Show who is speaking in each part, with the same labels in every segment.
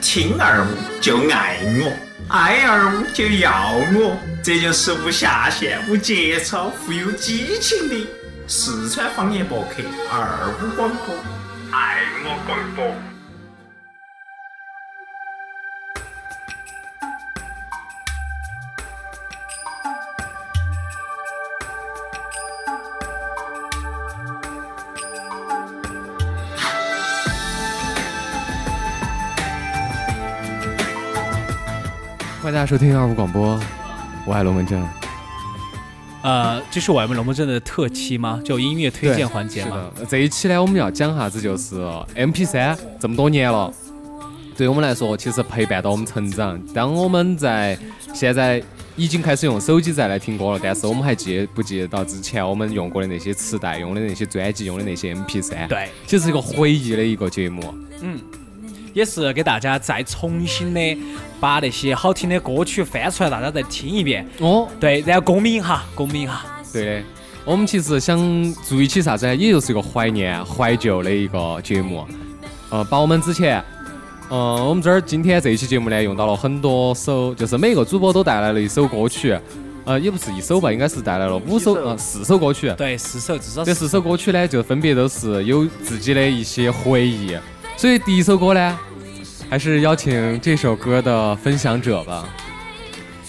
Speaker 1: 听二五就爱我，爱二五就要我，这就是无下限、无节操、富有激情的四川方言博客二五广播，爱我广播。
Speaker 2: 欢迎大家收听二五广播，我爱龙门阵。
Speaker 3: 呃，这是我们龙门阵的特期吗？
Speaker 4: 嗯
Speaker 3: 就音乐推荐环节吗？
Speaker 2: 是的，这一期呢，我们要讲啥子就是 MP 三这么多年了，对我们来说其实陪伴到我们成长。当我们在现在已经开始用手机再来听歌了，但是我们还记不记得到之前我们用过的那些磁带、用的那些专辑、用的那些 MP 三？，
Speaker 3: 对，
Speaker 2: 其实是一个回忆的一个节目。
Speaker 3: 也是给大家再重新的把那些好听的歌曲翻出来，大家再听一遍。
Speaker 2: 哦，
Speaker 3: 对，然后共鸣一下，共鸣一下。
Speaker 2: 对的，我们其实想做一期啥子呢？也就是一个怀念、怀旧的一个节目。呃，把我们之前，呃，我们这儿今天这一期节目呢，用到了很多首，就是每个主播都带来了一首歌曲，呃，也不是一首吧，应该是带来了五首，呃，四首歌曲。
Speaker 3: 对，四首至少
Speaker 2: 这
Speaker 3: 是
Speaker 2: 四首歌曲呢，就分别都是有自己的一些回忆。所以第一首歌呢，还是邀请这首歌的分享者吧。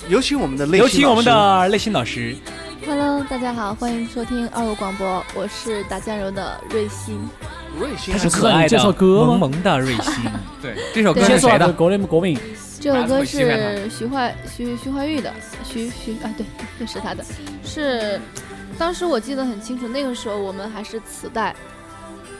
Speaker 5: 有请我们的内
Speaker 3: 有
Speaker 5: 心
Speaker 3: 请我们
Speaker 5: 老
Speaker 3: 的内心老师。
Speaker 6: Hello，大家好，欢迎收听二五广播，我是打酱油的瑞欣。
Speaker 5: 师瑞星
Speaker 3: 他
Speaker 5: 还
Speaker 3: 是
Speaker 5: 是
Speaker 3: 可爱的、
Speaker 4: 介绍歌吗
Speaker 3: 萌萌的瑞希。
Speaker 2: 对，这首歌
Speaker 6: 对
Speaker 4: 介
Speaker 2: 是
Speaker 4: 绍
Speaker 2: 谁
Speaker 4: 下
Speaker 2: 的
Speaker 4: 这？歌的歌名，
Speaker 6: 这首歌
Speaker 2: 喜欢
Speaker 6: 是徐怀徐徐怀钰的，徐徐啊，对， 就是他的，是当时我记得很清楚，那个时候我们还是磁带，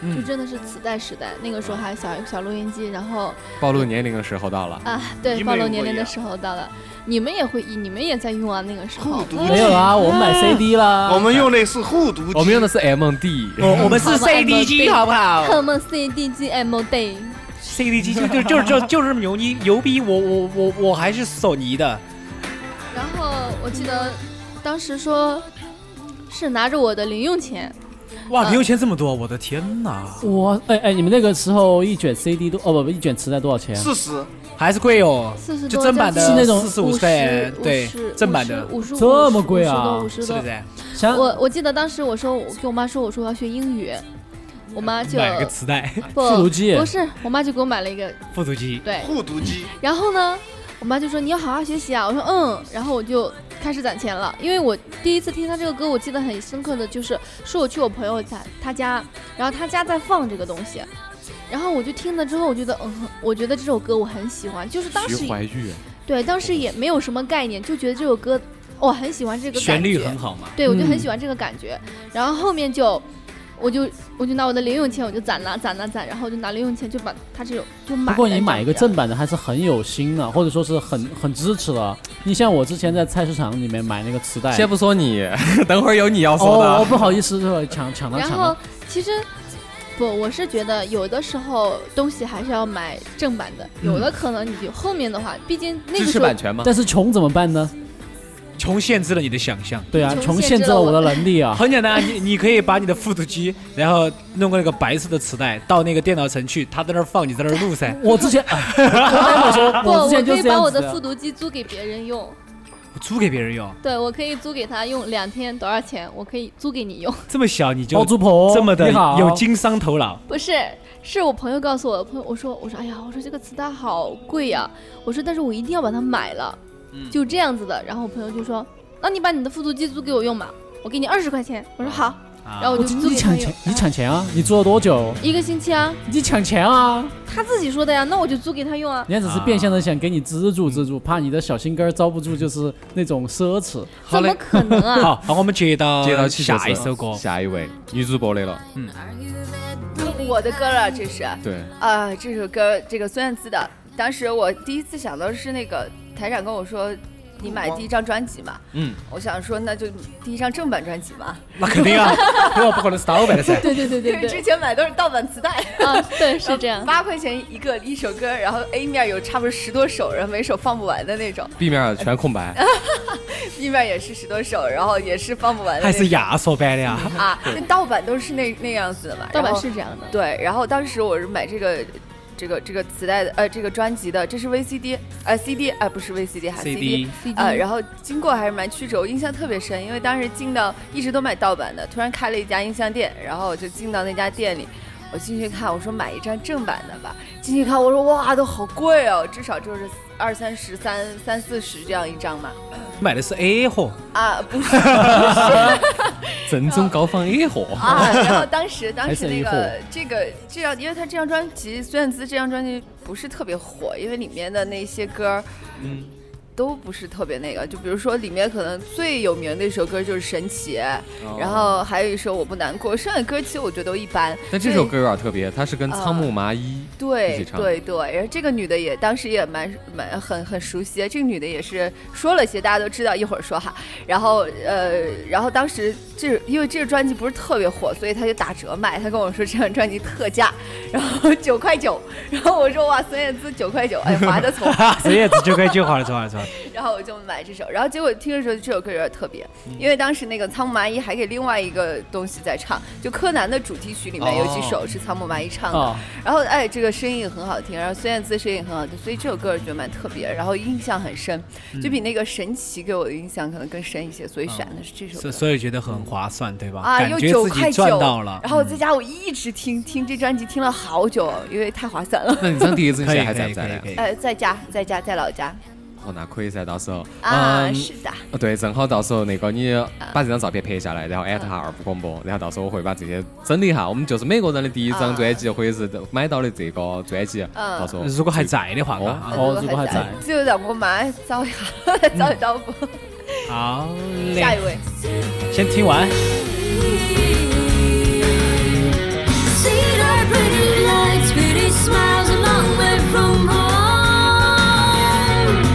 Speaker 6: 就
Speaker 3: 嗯，
Speaker 6: 真的是磁带时代，那个时候还小小录音机，然后
Speaker 2: 暴露年龄的时候到了。
Speaker 6: 啊，
Speaker 5: 你
Speaker 6: 对，
Speaker 5: 们
Speaker 6: 暴
Speaker 5: 也
Speaker 6: 露
Speaker 5: 会
Speaker 6: 年龄的
Speaker 5: 呀
Speaker 6: 时候到了，你们也会，你们也在用啊，那个时候
Speaker 5: 酷，毒
Speaker 4: 没有
Speaker 6: 嗯
Speaker 4: 啊，我们买 CD 啦。
Speaker 5: 我们用的是护犊
Speaker 2: 我们用的
Speaker 5: 的
Speaker 2: 是 MD，
Speaker 3: 哦我我们是
Speaker 6: 好吧
Speaker 3: CD 机，
Speaker 6: MOD
Speaker 3: 好不好
Speaker 6: 特梦 C D G M Day，
Speaker 3: ？CD 机就就就就就是牛逼牛逼，我我我我还是索尼的。
Speaker 6: 然后我记得当时说是拿着我的零用钱。
Speaker 3: 哇，
Speaker 6: 啊
Speaker 3: 零用钱这么多，我的天哪！
Speaker 4: 我哎哎，你们那个时候一卷 CD 都哦不不，一卷磁带多少钱？
Speaker 5: 事实，
Speaker 3: 还是贵哦，
Speaker 6: 四十
Speaker 3: 就
Speaker 6: 多，
Speaker 3: 正版的
Speaker 4: 是那种
Speaker 3: 四十五块，对，正版的，
Speaker 6: 五十五，
Speaker 4: 这么贵啊
Speaker 6: 五十
Speaker 3: 是
Speaker 6: 多，
Speaker 3: 不
Speaker 6: 五十
Speaker 3: 是？
Speaker 4: 像
Speaker 6: 多。我我记得当时我说，我跟我妈说，我说我要学英语，我妈就
Speaker 3: 买个磁带、
Speaker 6: 不
Speaker 4: 复读机
Speaker 6: 不是，我妈就给我买了一个，
Speaker 3: 复读机，
Speaker 6: 对，
Speaker 5: 护犊机，
Speaker 6: 然后呢，我妈就说你要好好学习啊，我说嗯，然后我就开始攒钱了，因为我第一次听她这个歌，我记得很深刻的就是，是我去我朋友家他家，然后他家在放这个东西。然后我就听了之后，我觉得，嗯，我觉得这首歌我很喜欢，就是当时
Speaker 2: 徐怀钰，啊
Speaker 6: 对，当时也没有什么概念，就觉得这首歌我很喜欢这个
Speaker 3: 旋
Speaker 6: 感
Speaker 3: 律
Speaker 6: 觉
Speaker 3: 很好嘛。
Speaker 6: 对，我就很
Speaker 4: 嗯
Speaker 6: 喜欢这个感觉。然后后面就，我就我就拿我的零用钱，我就攒呐攒呐攒，然后我就拿零用钱就把它这种就买
Speaker 4: 不
Speaker 6: 了。
Speaker 4: 过你买一个
Speaker 6: 这样
Speaker 4: 正版的还是很有心啊的，或者说是很很支持的。你像我之前在菜市场里面买那个磁带，
Speaker 2: 先不说你，等会儿有你要说
Speaker 4: 哦，我
Speaker 2: 的。
Speaker 4: 不好意思，这个抢抢
Speaker 6: 子
Speaker 4: 了
Speaker 6: 啊然
Speaker 4: 抢
Speaker 6: 后
Speaker 4: 了。
Speaker 6: 其实不，我是觉得有的时候东西还是要买正版的，有
Speaker 4: 嗯
Speaker 6: 的可能你就后面的话，毕竟
Speaker 2: 支
Speaker 6: 那个
Speaker 2: 持
Speaker 6: 时候
Speaker 2: 版权吗？
Speaker 4: 但是穷怎么办呢？
Speaker 3: 穷限制了你的想象。
Speaker 4: 对啊，
Speaker 6: 穷
Speaker 4: 穷
Speaker 6: 限
Speaker 4: 限
Speaker 6: 制
Speaker 4: 制
Speaker 6: 了
Speaker 4: 了
Speaker 6: 我
Speaker 4: 我的能力 啊。
Speaker 3: 很简单，你你可以把你的复读机，然后弄个那个白色的磁带到那个电脑城去，他在那儿放，你在那儿录 噻。
Speaker 4: 我之前，哎我 跟你说，
Speaker 6: 不，我
Speaker 4: 之前就
Speaker 6: 可
Speaker 4: 是
Speaker 6: 以
Speaker 4: 这
Speaker 6: 把
Speaker 4: 样
Speaker 6: 我
Speaker 4: 子啊
Speaker 6: 的
Speaker 4: 的
Speaker 6: 复读机租给别人用，
Speaker 3: 我租给别人用，
Speaker 6: 对我可以租给他用两天，多少钱？我可以租给你用。
Speaker 3: 这么小你
Speaker 4: 包
Speaker 3: 就
Speaker 4: 租婆，
Speaker 3: 这么的
Speaker 4: 你好
Speaker 3: 有经商头脑，
Speaker 6: 不是，是我朋友告诉我的。朋友我说我说哎呀，我说这个磁带好贵呀、我说但是我一定要把它买了，
Speaker 3: 嗯
Speaker 6: 就这样子的。然后我朋友就说，那你把你的复读机租给我用吧，我给你二十块钱。我说好，
Speaker 3: 啊
Speaker 6: 然后我就租
Speaker 4: 你
Speaker 6: 给他
Speaker 4: 抢
Speaker 6: 用
Speaker 4: 钱，，你抢钱啊！你做了多久？
Speaker 6: 一个星期啊，
Speaker 4: 你抢钱啊！
Speaker 6: 他自己说的呀，那我就租给他用啊。
Speaker 4: 人家只是变相的想给你资助资助，怕你的小心肝儿遭不住，就是那种奢侈。
Speaker 3: 好
Speaker 6: 怎么
Speaker 3: 嘞。
Speaker 6: 可能啊？
Speaker 3: 好，好，我们接到
Speaker 2: 接到
Speaker 3: 下一首歌，
Speaker 2: 呃下一位女主播的了。
Speaker 7: 我的歌了，这是啊、
Speaker 2: 对，
Speaker 7: 这首歌这个孙燕姿的，当时我第一次想到是那个台长跟我说，你买第一张专辑嘛，
Speaker 2: 嗯，
Speaker 7: 我想说那就第一张正版专辑嘛，
Speaker 3: 那肯 定啊，我不可能是盗版的噻。
Speaker 6: 对对对
Speaker 7: 因
Speaker 6: 对
Speaker 7: 为之
Speaker 6: 对，
Speaker 7: 前买都是盗版磁带，
Speaker 6: 啊，对是 这样。
Speaker 7: 八块钱一个一首歌，然后 A 面有差不多十多首，然后每首放不完的那种
Speaker 2: 地面全空 白。
Speaker 7: ，B 面也是十多首，然后也是放不完的
Speaker 3: 还
Speaker 7: 那
Speaker 3: 是
Speaker 7: 种啊
Speaker 3: 亚索版的呀？
Speaker 7: 啊，那盗版都是那那样子的嘛，
Speaker 6: 盗版
Speaker 7: 然后
Speaker 6: 是这样的，
Speaker 7: 对，然后当时我是买这个这个这个磁带的呃这个专辑的，这是 VCD 呃 CD 哎、不是 VCD 还
Speaker 3: CD
Speaker 6: 嗯
Speaker 7: 啊，然后经过还是蛮曲折，我印象特别深，因为当时进到一直都买盗版的，突然开了一家音像店，然后我就进到那家店里，我进去看，我说买一张正版的吧，进去看我说哇都好贵哦，至少就是二三十、三三四十这样一张嘛，
Speaker 3: 买的是 A 货，
Speaker 7: 啊不是
Speaker 2: 正宗高仿 A 货，
Speaker 7: 啊，然后当时当
Speaker 4: 还
Speaker 7: 时
Speaker 4: 是
Speaker 7: 那
Speaker 4: 一
Speaker 7: 个
Speaker 4: 户
Speaker 7: 这个这张，因为他这张专辑孙燕姿这张专辑不是特别火，因为里面的那些歌儿
Speaker 2: 嗯，
Speaker 7: 都不是特别那个，就比如说里面可能最有名的一首歌就是《神奇》，
Speaker 2: 哦
Speaker 7: 然后还有一首《我不难过》，剩下的歌其实我觉得都一般。
Speaker 2: 但这
Speaker 7: 所以
Speaker 2: 首歌有点特别，它是跟仓木麻衣一
Speaker 7: 对
Speaker 2: 起唱
Speaker 7: 对对，然后这个女的也当时也蛮蛮很很熟悉，这个女的也是说了些大家都知道，一会儿说哈。然后呃，然后当时这因为这个专辑不是特别火，所以她就打折卖，她跟我说这张专辑特价，然后九块九，然后我说哇，孙燕姿九块九，哎，划得从。
Speaker 6: 啊
Speaker 3: 职业自就该计划了，划了，划了。
Speaker 7: 然后我就买这首，然后结果听的时候这首歌有点特别，
Speaker 3: 嗯
Speaker 7: 因为当时那个仓木麻衣还给另外一个东西在唱，就柯南的主题曲里面有几首是仓木麻衣唱
Speaker 3: 哦
Speaker 7: 的，
Speaker 4: 啊，
Speaker 7: 然后哎，这个声音也很好听，然后孙燕姿声音也很好听，所以这首歌我觉得蛮特别，然后印象很深，
Speaker 3: 嗯
Speaker 7: 就比那个神奇给我的印象可能更深一些，所以选的是这首
Speaker 3: 所
Speaker 7: 歌。
Speaker 3: 所以觉得很划算，对吧？
Speaker 7: 啊，
Speaker 3: 感
Speaker 7: 又
Speaker 3: 觉
Speaker 7: 九
Speaker 3: 自
Speaker 7: 块
Speaker 3: 己
Speaker 7: 九
Speaker 3: 赚到了，。嗯
Speaker 7: 然后在家我一直听听这专辑，听了好久，因为太划算 了。
Speaker 2: 那你上第一次你
Speaker 3: 可
Speaker 2: 现在还
Speaker 3: 以
Speaker 2: 在
Speaker 3: 可
Speaker 2: 不
Speaker 3: 以
Speaker 2: 在
Speaker 3: 可以可
Speaker 2: 呢？
Speaker 3: 以。
Speaker 7: 呃，在家，在家，在老家
Speaker 2: 哦，那可以噻，到时候
Speaker 7: 啊，
Speaker 2: 嗯
Speaker 7: 是的，
Speaker 2: 哦对，正好到时候那个你把这张照片拍下来，然后艾特下二部广播，然后到时候我会把这些整理一下，我们就是每个人的第一张专辑或者是买到的这个专辑，
Speaker 7: 嗯
Speaker 2: 到时候
Speaker 3: 如果还在的话，嘎啊
Speaker 4: 哦如果还
Speaker 7: 在，只有两个妈找一 下，
Speaker 6: 嗯
Speaker 7: 找一 找不，
Speaker 3: 好
Speaker 7: 下一
Speaker 3: 嘞，
Speaker 7: 位。
Speaker 3: 先听完。
Speaker 8: See the pretty lights, pretty smiles a long way from home.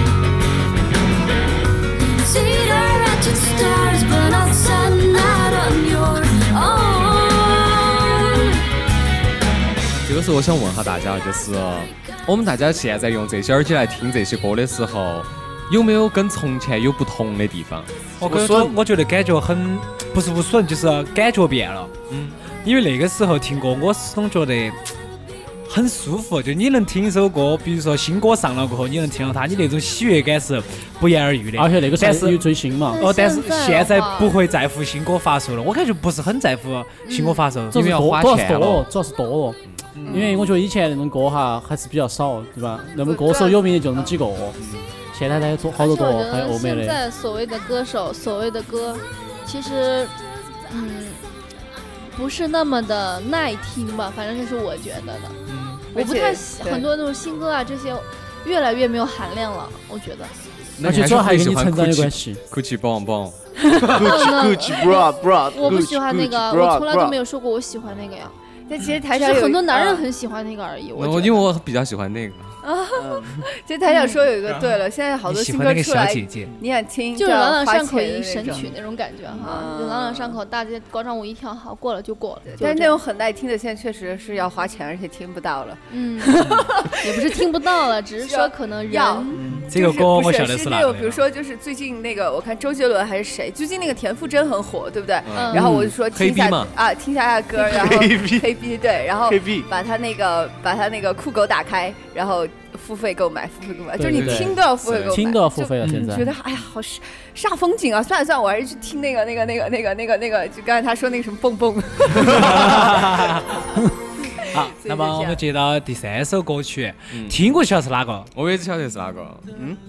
Speaker 8: See the wretched stars, but outside, not on your own.
Speaker 2: 这个时候我想问下大家，就是我们大家现在用这些耳机来听这些歌的时候，有没有跟从前有不同的地方？
Speaker 3: 我
Speaker 5: 无
Speaker 3: 跟
Speaker 5: 损
Speaker 3: 我我觉得感觉很不是无损，就是感觉变了。嗯，因为那个时候听歌，我始终觉得很舒服。就你能听一首歌，比如说新歌上了过后，你能听到它，你那种喜悦感是不言而喻的。
Speaker 4: 而且那个时
Speaker 3: 但
Speaker 4: 候
Speaker 3: 是
Speaker 4: 有最新嘛，
Speaker 3: 哦，但是现
Speaker 6: 现在
Speaker 3: 在
Speaker 6: 的话
Speaker 3: 不会在乎新歌发售了，我感觉不是很在乎啊
Speaker 7: 嗯
Speaker 3: 新歌发售。
Speaker 4: 主要
Speaker 2: 因为
Speaker 4: 是
Speaker 2: 要
Speaker 4: 多，
Speaker 2: 花
Speaker 4: 主要是
Speaker 3: 啊
Speaker 2: 钱
Speaker 4: 多
Speaker 2: 了
Speaker 4: 了，主要是多了。因为我觉得以前那种歌哈还是比较少，对吧？那么
Speaker 7: 对
Speaker 4: 歌
Speaker 7: 对
Speaker 4: 手有名的就那么几个，现在才多好多
Speaker 6: 而且我
Speaker 4: 多，
Speaker 6: 觉
Speaker 4: 还有
Speaker 6: 得
Speaker 4: 欧美
Speaker 6: 现
Speaker 4: 的。
Speaker 6: 在所谓的歌手，所谓的歌，其实，嗯，不是那么的耐听吧，反正这是我觉得的。我不太
Speaker 7: 而且
Speaker 6: 喜
Speaker 7: 对
Speaker 6: 很多那种新歌啊，这些越来越没有含量了，我觉得。
Speaker 2: 那
Speaker 4: 而且主
Speaker 2: 是
Speaker 4: 要还
Speaker 2: 很
Speaker 4: 跟
Speaker 2: 喜
Speaker 4: 你
Speaker 2: 欢
Speaker 4: 成长有
Speaker 2: Gucci
Speaker 4: 关系。
Speaker 2: Gucci 棒棒，
Speaker 5: Gucci Gucci bra bra，
Speaker 6: 我不喜欢那个，我从来都没有说过我喜欢那个呀。
Speaker 7: 但其实
Speaker 6: 还
Speaker 7: 台上
Speaker 6: 是
Speaker 7: 有
Speaker 6: 很多男人
Speaker 7: 嗯
Speaker 6: 很喜欢那个而已。我
Speaker 2: 我
Speaker 6: 觉
Speaker 2: 因为我比较喜欢那个，
Speaker 7: 其实台
Speaker 6: 嗯
Speaker 7: 长说有一个对了，现在
Speaker 3: 啊
Speaker 7: 好
Speaker 3: 你
Speaker 7: 多
Speaker 3: 喜
Speaker 7: 新
Speaker 3: 欢那
Speaker 7: 歌
Speaker 3: 个
Speaker 7: 出
Speaker 3: 小
Speaker 7: 来，
Speaker 3: 姐姐，
Speaker 7: 你想听
Speaker 6: 得就是
Speaker 7: 叫
Speaker 6: 朗朗
Speaker 7: 花
Speaker 6: 上口
Speaker 7: 钱的
Speaker 6: 一
Speaker 7: 那
Speaker 6: 神
Speaker 7: 种
Speaker 6: 曲那种感觉哈
Speaker 7: 嗯，
Speaker 6: 就朗朗上口，大街广场舞一跳，好过了就过了。就
Speaker 7: 但是
Speaker 6: 这
Speaker 7: 那
Speaker 6: 样
Speaker 7: 种很耐听的，现在确实是要花钱，而且听不到了。
Speaker 6: 嗯， 也不是听不到了，只是
Speaker 7: 要
Speaker 6: 说可能
Speaker 7: 要
Speaker 6: 人
Speaker 3: 这个
Speaker 7: 就是
Speaker 3: 歌
Speaker 7: 不
Speaker 3: 我
Speaker 7: 是
Speaker 3: 晓得
Speaker 7: 是
Speaker 3: 哪个
Speaker 7: 那种，
Speaker 3: 的
Speaker 7: 比如说就是最近那个，我看周杰伦还是谁，最近那个田馥甄很火，对不对？
Speaker 6: 嗯
Speaker 7: 然后我就说
Speaker 2: 黑
Speaker 7: 听一下
Speaker 2: B 嘛
Speaker 7: 啊，听一下 他的歌，然后
Speaker 5: 黑 B
Speaker 7: 黑 B 对，然后
Speaker 5: K B
Speaker 7: 把他那个把他那个酷狗打开，然后付费购买，付费购买，就
Speaker 4: 对
Speaker 7: 是你
Speaker 4: 对对
Speaker 7: 听都要付费购买，
Speaker 4: 听都要付费了，
Speaker 3: 就
Speaker 4: 现
Speaker 7: 就
Speaker 4: 在
Speaker 7: 觉得哎呀，好煞煞风景啊！算了算了，我还是去听那个那个那个那个那个那个，就刚才他说那个什么蹦蹦，
Speaker 3: 好，
Speaker 7: 所以
Speaker 3: 那
Speaker 7: 就
Speaker 3: 么
Speaker 7: 这
Speaker 3: 我们
Speaker 7: 样
Speaker 3: 接到第三首歌曲，
Speaker 2: 嗯
Speaker 3: 听过晓得是哪个？
Speaker 2: 我也不晓得是哪个。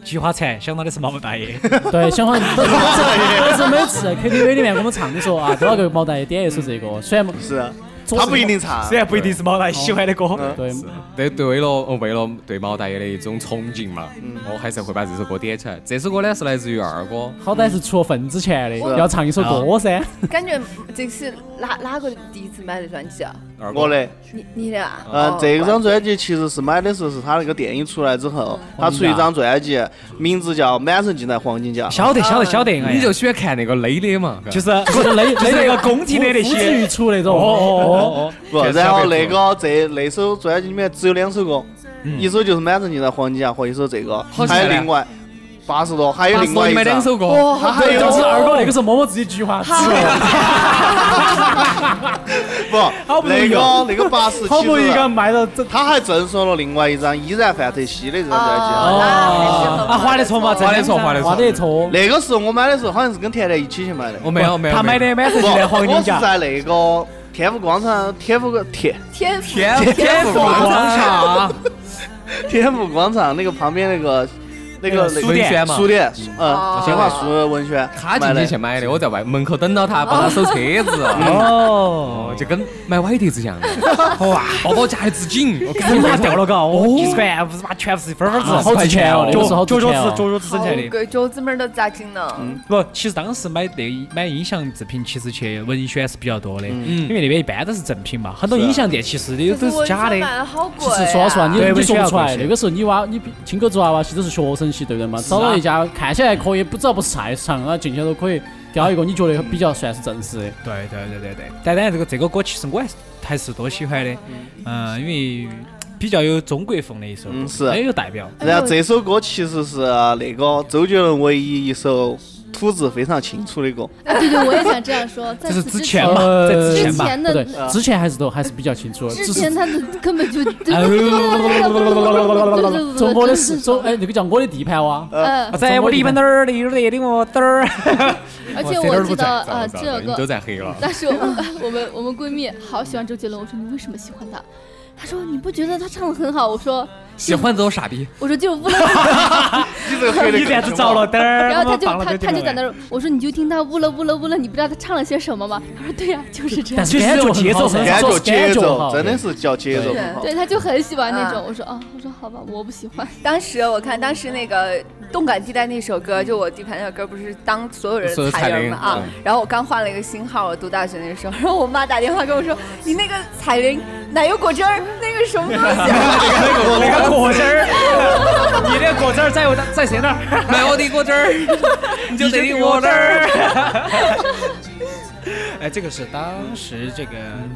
Speaker 3: 菊花残，想到的是毛毛大 爷。
Speaker 4: 对，想欢都是但是每次 KTV 里面我们唱的时候啊，都要给毛大爷点一首这个，虽然
Speaker 5: 是啊，他不一定差
Speaker 3: 虽。然不一定是啊毛大爷喜欢的歌，
Speaker 7: 嗯
Speaker 4: 对
Speaker 2: 对，对为了呃为了对毛大爷的一种崇敬嘛，我还是会把这首歌点起来。这首歌呢是来自于二哥，
Speaker 4: 好歹是出了份之前的，
Speaker 5: 是
Speaker 4: 要唱一首歌噻。
Speaker 7: 感觉这是哪哪个第一次买的专辑啊？
Speaker 2: 二
Speaker 5: 我
Speaker 2: 哥
Speaker 5: 嘞，
Speaker 7: 你你的啊？
Speaker 5: 嗯
Speaker 7: 哦，哦
Speaker 5: 这
Speaker 7: 我
Speaker 5: 张专辑其实是买的时候是他那个电影出来之后，他出一张专辑，名字叫《满城尽带黄金甲》。
Speaker 3: 晓得晓得晓得，
Speaker 7: 嗯
Speaker 3: 哎
Speaker 2: 你就喜欢看那个勒的嘛，
Speaker 3: 就是
Speaker 4: 就是那
Speaker 3: 就是那个宫廷的那
Speaker 4: 呼之
Speaker 3: 些
Speaker 4: 欲。出那
Speaker 3: 哦
Speaker 4: 种。
Speaker 3: 哦哦
Speaker 5: 不，然后那个这那首专辑里面只有两首歌，一首就是《满城尽带黄金甲》和一首这个，
Speaker 2: 好
Speaker 5: 还有
Speaker 2: 厉害
Speaker 5: 另外八十多，还有
Speaker 2: 他
Speaker 5: 另
Speaker 2: 说
Speaker 5: 外
Speaker 2: 你
Speaker 5: 一
Speaker 2: 买两
Speaker 5: 张。
Speaker 2: 首歌，
Speaker 4: 哦，
Speaker 3: 哎
Speaker 4: 他还有就是二哥那个时候摸摸自己菊花指，
Speaker 3: 好不
Speaker 5: 不，
Speaker 3: 容
Speaker 5: 那
Speaker 3: 易
Speaker 5: 个那个八十
Speaker 4: 好不容易
Speaker 5: 七
Speaker 4: 给卖到这，
Speaker 5: 他还赠送了另外一张《依然范特西》的这张专
Speaker 7: 哦
Speaker 5: 辑。
Speaker 7: 那还是
Speaker 3: 啊，划得着
Speaker 7: 很
Speaker 3: 嘛，真
Speaker 2: 划得着划得着
Speaker 4: 划得错。
Speaker 5: 那个时候我买的时候，好像是跟甜甜一起去买的。
Speaker 2: 我哦没有没有，
Speaker 3: 他买
Speaker 2: 没有
Speaker 3: 的满世
Speaker 5: 不，
Speaker 3: 界的黄
Speaker 5: 我
Speaker 3: 金
Speaker 5: 是
Speaker 3: 甲，
Speaker 5: 在那个天府广场，天府个天
Speaker 7: 天赋
Speaker 2: 天赋
Speaker 3: 天府广场，
Speaker 5: 天府广场那个旁边那个那
Speaker 3: 那个
Speaker 5: 个那
Speaker 3: 书
Speaker 5: 个
Speaker 2: 文轩嘛
Speaker 5: 书，店，呃
Speaker 7: 哦，
Speaker 5: 新华书文轩
Speaker 2: 他
Speaker 5: 买
Speaker 2: 进
Speaker 5: 的
Speaker 2: 去去。买的，我在外门口等到他，帮他收车子，啊
Speaker 3: 哦
Speaker 2: 哦，，就跟买歪碟子一样的， 哇，包包夹得直 紧，我感
Speaker 3: 真
Speaker 2: 觉
Speaker 3: 的掉了嘎，哦，一串五十八全是一分分值，
Speaker 4: 好值钱哦那个时候好
Speaker 3: 脚
Speaker 4: 值
Speaker 3: 脚趾
Speaker 4: 钱哦
Speaker 3: 脚脚趾省
Speaker 7: 好
Speaker 3: 钱的。
Speaker 7: 贵，肘子们儿都咋整呢？
Speaker 3: 不，其实当时买那一买音响制品，其实去文轩是比较多的，因为那边一般都是正品嘛，很多音响店其实
Speaker 7: 可
Speaker 3: 都
Speaker 7: 我
Speaker 3: 是假的
Speaker 7: 想。买的好贵
Speaker 4: 其
Speaker 7: 啊。
Speaker 4: 实说实话，你
Speaker 3: 哦对
Speaker 4: 你
Speaker 3: 文轩
Speaker 4: 说不
Speaker 3: 要
Speaker 4: 出
Speaker 3: 贵
Speaker 4: 来，
Speaker 3: 些
Speaker 4: 那个时候你娃你亲哥子娃娃些都是学生些，对不对嘛？
Speaker 3: 啊
Speaker 4: 找到一家看起来可以，不只要不是菜市场啊，进去都可以挑一个你觉得比较算是正式的。
Speaker 3: 对对对对对。但当然，这个这个歌其实我还是还是多喜欢的，嗯，因为比较有中国风的一首歌，
Speaker 5: 嗯是
Speaker 3: 很有代表。
Speaker 5: 然后这首歌其实是啊那个周杰伦唯一一首吐字非常清楚的歌。
Speaker 6: 对对，我也想这样说，在
Speaker 3: 这是
Speaker 6: 此
Speaker 3: 之
Speaker 6: 之
Speaker 3: 前嘛，在之前
Speaker 6: 之
Speaker 7: 哎
Speaker 3: 嘛。
Speaker 6: 前
Speaker 4: 不对
Speaker 6: 的，
Speaker 7: 呃
Speaker 4: 之前还是都还是比较清楚的。
Speaker 6: 之
Speaker 4: 只
Speaker 6: 前
Speaker 4: 是
Speaker 6: 他的根本就
Speaker 4: 中国的是中 哎，那个叫我的地盘哇，
Speaker 6: 呃，
Speaker 3: 在我里边那儿，里边那里我嘚儿。
Speaker 6: 而且
Speaker 3: 这段
Speaker 6: 我
Speaker 3: 儿
Speaker 6: 记
Speaker 3: 不在
Speaker 6: 得
Speaker 2: 糟了
Speaker 6: 呃，
Speaker 2: 糟
Speaker 6: 这
Speaker 2: 了
Speaker 6: 首
Speaker 2: 你
Speaker 6: 歌
Speaker 2: 都在黑了，
Speaker 6: 但是我我们我们闺蜜好喜欢周杰伦，我说你为什么喜欢他？她说你不觉得他唱的很好？我说
Speaker 2: 喜欢这种傻 逼，
Speaker 6: 我说就是为了，
Speaker 5: 你这个 黑的
Speaker 3: 一下子着了，嘚儿。
Speaker 6: 然后他就
Speaker 3: 放了
Speaker 6: 他
Speaker 3: 个
Speaker 6: 他就
Speaker 3: 这
Speaker 6: 在
Speaker 3: 个
Speaker 6: 那儿，我说你就听他呜了呜了呜了，你不知道他唱了些什么吗？她说对呀、就是这样
Speaker 4: 但。是
Speaker 3: 就是
Speaker 4: 感
Speaker 3: 这
Speaker 4: 觉
Speaker 3: 种
Speaker 4: 很
Speaker 3: 节奏
Speaker 4: 好
Speaker 3: 很
Speaker 5: 感
Speaker 4: 说
Speaker 5: 觉节
Speaker 4: 感觉很
Speaker 5: 奏
Speaker 4: 好
Speaker 5: 真的是叫节奏很好。
Speaker 6: 对，她就很喜欢那种。
Speaker 7: 啊
Speaker 6: 我说啊，我说好吧，我不喜欢。
Speaker 7: 当时我看，当时那个《动感地带》那首歌，就我地盘那首歌，不是当所有人
Speaker 2: 所有
Speaker 7: 踩
Speaker 2: 彩
Speaker 7: 人
Speaker 2: 铃
Speaker 7: 嘛啊
Speaker 2: 嗯。
Speaker 7: 然后我刚换了一个新号，我读大学那时候，然后我妈打电话跟我说：“你那个彩铃奶油果汁儿那个什么东西啊
Speaker 3: 那个果汁儿，你那果汁儿在我的在谁那儿？
Speaker 2: 买我的果汁儿， 你就得
Speaker 3: 我这儿。 哎，这个是当时这个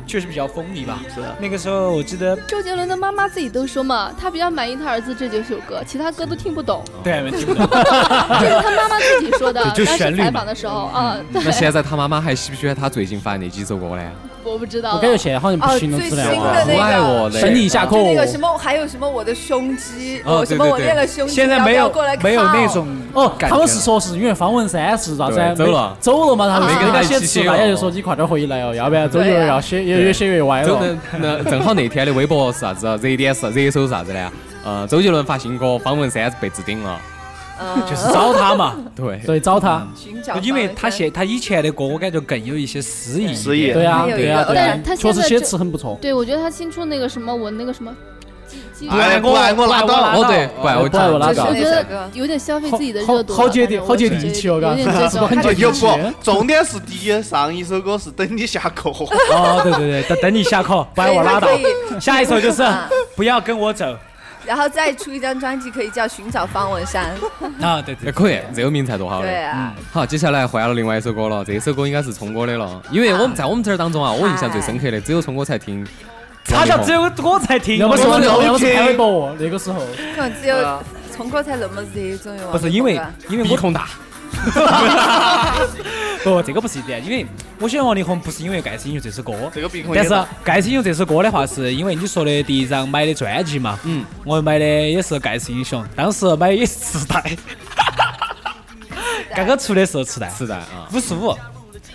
Speaker 3: 确实比较风靡吧。
Speaker 7: 嗯
Speaker 3: 是那个时候我记
Speaker 7: 哦
Speaker 3: 得，
Speaker 6: 周杰伦的妈妈自己都说嘛，她比较满意他儿子这九首歌，其他歌都听不懂。
Speaker 3: 对，没 听不懂。，
Speaker 6: 这是他妈妈自己说的
Speaker 3: 就
Speaker 6: 当时
Speaker 3: 旋律嘛
Speaker 6: 采访的时候啊，对，
Speaker 2: 那现在他妈妈还喜不喜欢他最近发的那几首歌呢？
Speaker 6: 啊我不知道
Speaker 4: 我
Speaker 6: 了。
Speaker 4: 感觉现在好像不
Speaker 7: 哦，
Speaker 4: 行了，
Speaker 7: 最
Speaker 4: 质
Speaker 7: 新
Speaker 4: 量
Speaker 7: 的
Speaker 4: 了。
Speaker 2: 不爱
Speaker 7: 那
Speaker 2: 我
Speaker 7: 个。啊哦
Speaker 2: 嘞
Speaker 4: 审你下
Speaker 7: 就
Speaker 4: 课
Speaker 7: 那。个什么，还有什么我的胸肌，
Speaker 2: 哦
Speaker 7: 我什么
Speaker 2: 对对
Speaker 7: 我
Speaker 2: 对
Speaker 7: 练了胸肌，
Speaker 3: 现在
Speaker 7: 要不
Speaker 3: 没
Speaker 7: 要
Speaker 3: 有
Speaker 7: 过来
Speaker 3: 没有
Speaker 7: 看
Speaker 3: 那
Speaker 7: 我
Speaker 3: 种
Speaker 4: 哦，
Speaker 3: 感
Speaker 4: 他
Speaker 3: 觉
Speaker 4: 们是说是因为方文山是啥子
Speaker 2: 对？走了
Speaker 4: 走了嘛？他们
Speaker 2: 没
Speaker 4: 是
Speaker 2: 跟
Speaker 4: 人
Speaker 2: 他
Speaker 4: 家
Speaker 2: 一起
Speaker 4: 写词，
Speaker 2: 写
Speaker 4: 大家就
Speaker 2: 哦
Speaker 4: 说你快点回来哦，要不然周杰
Speaker 7: 对
Speaker 4: 伦
Speaker 7: 啊
Speaker 4: 要写越越写越歪
Speaker 2: 周
Speaker 4: 了。
Speaker 2: 那 正好那天的微博是啥子？热点是热搜是啥子呢？呃，周杰伦发新歌，方文山被置顶了。
Speaker 7: 嗯
Speaker 3: 就是找他 嘛，
Speaker 2: 对，
Speaker 4: 对，找他。
Speaker 7: 寻找，
Speaker 3: 因为他写他以前的歌，我感觉更有一些诗意。
Speaker 5: 诗意
Speaker 4: 对啊，
Speaker 7: 还有一
Speaker 4: 对啊，
Speaker 7: 个
Speaker 4: 对啊
Speaker 6: 但他，
Speaker 4: 确
Speaker 6: 现
Speaker 4: 实
Speaker 6: 在
Speaker 4: 写
Speaker 6: 就
Speaker 4: 词很不错。
Speaker 6: 对，我觉得他新出那个什么，我那个什么，记记，
Speaker 5: 哎呀不爱我拉倒
Speaker 2: 哦对，不爱我
Speaker 4: 不爱我拉
Speaker 6: 我
Speaker 4: 倒
Speaker 6: 觉
Speaker 7: 就是那首
Speaker 6: 得
Speaker 7: 歌
Speaker 6: 有点消费自己的
Speaker 4: 好
Speaker 6: 热度了。
Speaker 4: 好接地
Speaker 6: 反正我
Speaker 4: 好接
Speaker 6: 觉得
Speaker 4: 地气哦，嘎
Speaker 6: 有点这
Speaker 4: 是不
Speaker 6: 种
Speaker 4: 是很
Speaker 5: 哦，
Speaker 4: 接
Speaker 5: 又
Speaker 4: 地
Speaker 5: 不
Speaker 4: 气？，
Speaker 5: 重点是第一上一首歌是等你下 课，
Speaker 3: 哦，对对对，等等你下课，把
Speaker 7: 所以
Speaker 3: 我
Speaker 7: 他
Speaker 3: 拉倒
Speaker 7: 可。以
Speaker 3: 下一首就是
Speaker 7: 啊
Speaker 3: 不要跟我走
Speaker 7: 然后再出一张专辑，可以叫《寻找方文山》。
Speaker 3: 啊！对
Speaker 2: 也
Speaker 3: 对，
Speaker 2: 哎可以，这个名才多好
Speaker 7: 对
Speaker 2: 的。
Speaker 7: 啊，
Speaker 2: 好，接下来换了另外一首歌了，这首歌应该是聪哥的了，因为我们在我们这儿当中啊，
Speaker 4: 哎
Speaker 2: 我印象最深刻的只有聪哥才听。
Speaker 3: 他叫只有我才听。
Speaker 4: 要么是
Speaker 3: 我
Speaker 4: 我，
Speaker 3: 们
Speaker 4: 要么是拍微博，那个时候。
Speaker 7: 可能只有从哥才那么热衷于玩
Speaker 3: 不是因为因为
Speaker 2: 鼻
Speaker 3: 我
Speaker 2: 孔大，
Speaker 3: 不，这个不是一点，因为我喜欢王力宏不是因为《盖世英雄》这首歌，
Speaker 5: 这个鼻孔也
Speaker 3: 但是
Speaker 5: 大
Speaker 3: 《盖世英雄》这首歌的话，是因为你说的第一张买的专辑嘛，嗯，我买的也是《盖世英雄》，当时买也是磁带，刚刚出的时候磁带，
Speaker 2: 是的啊。
Speaker 3: 五十五，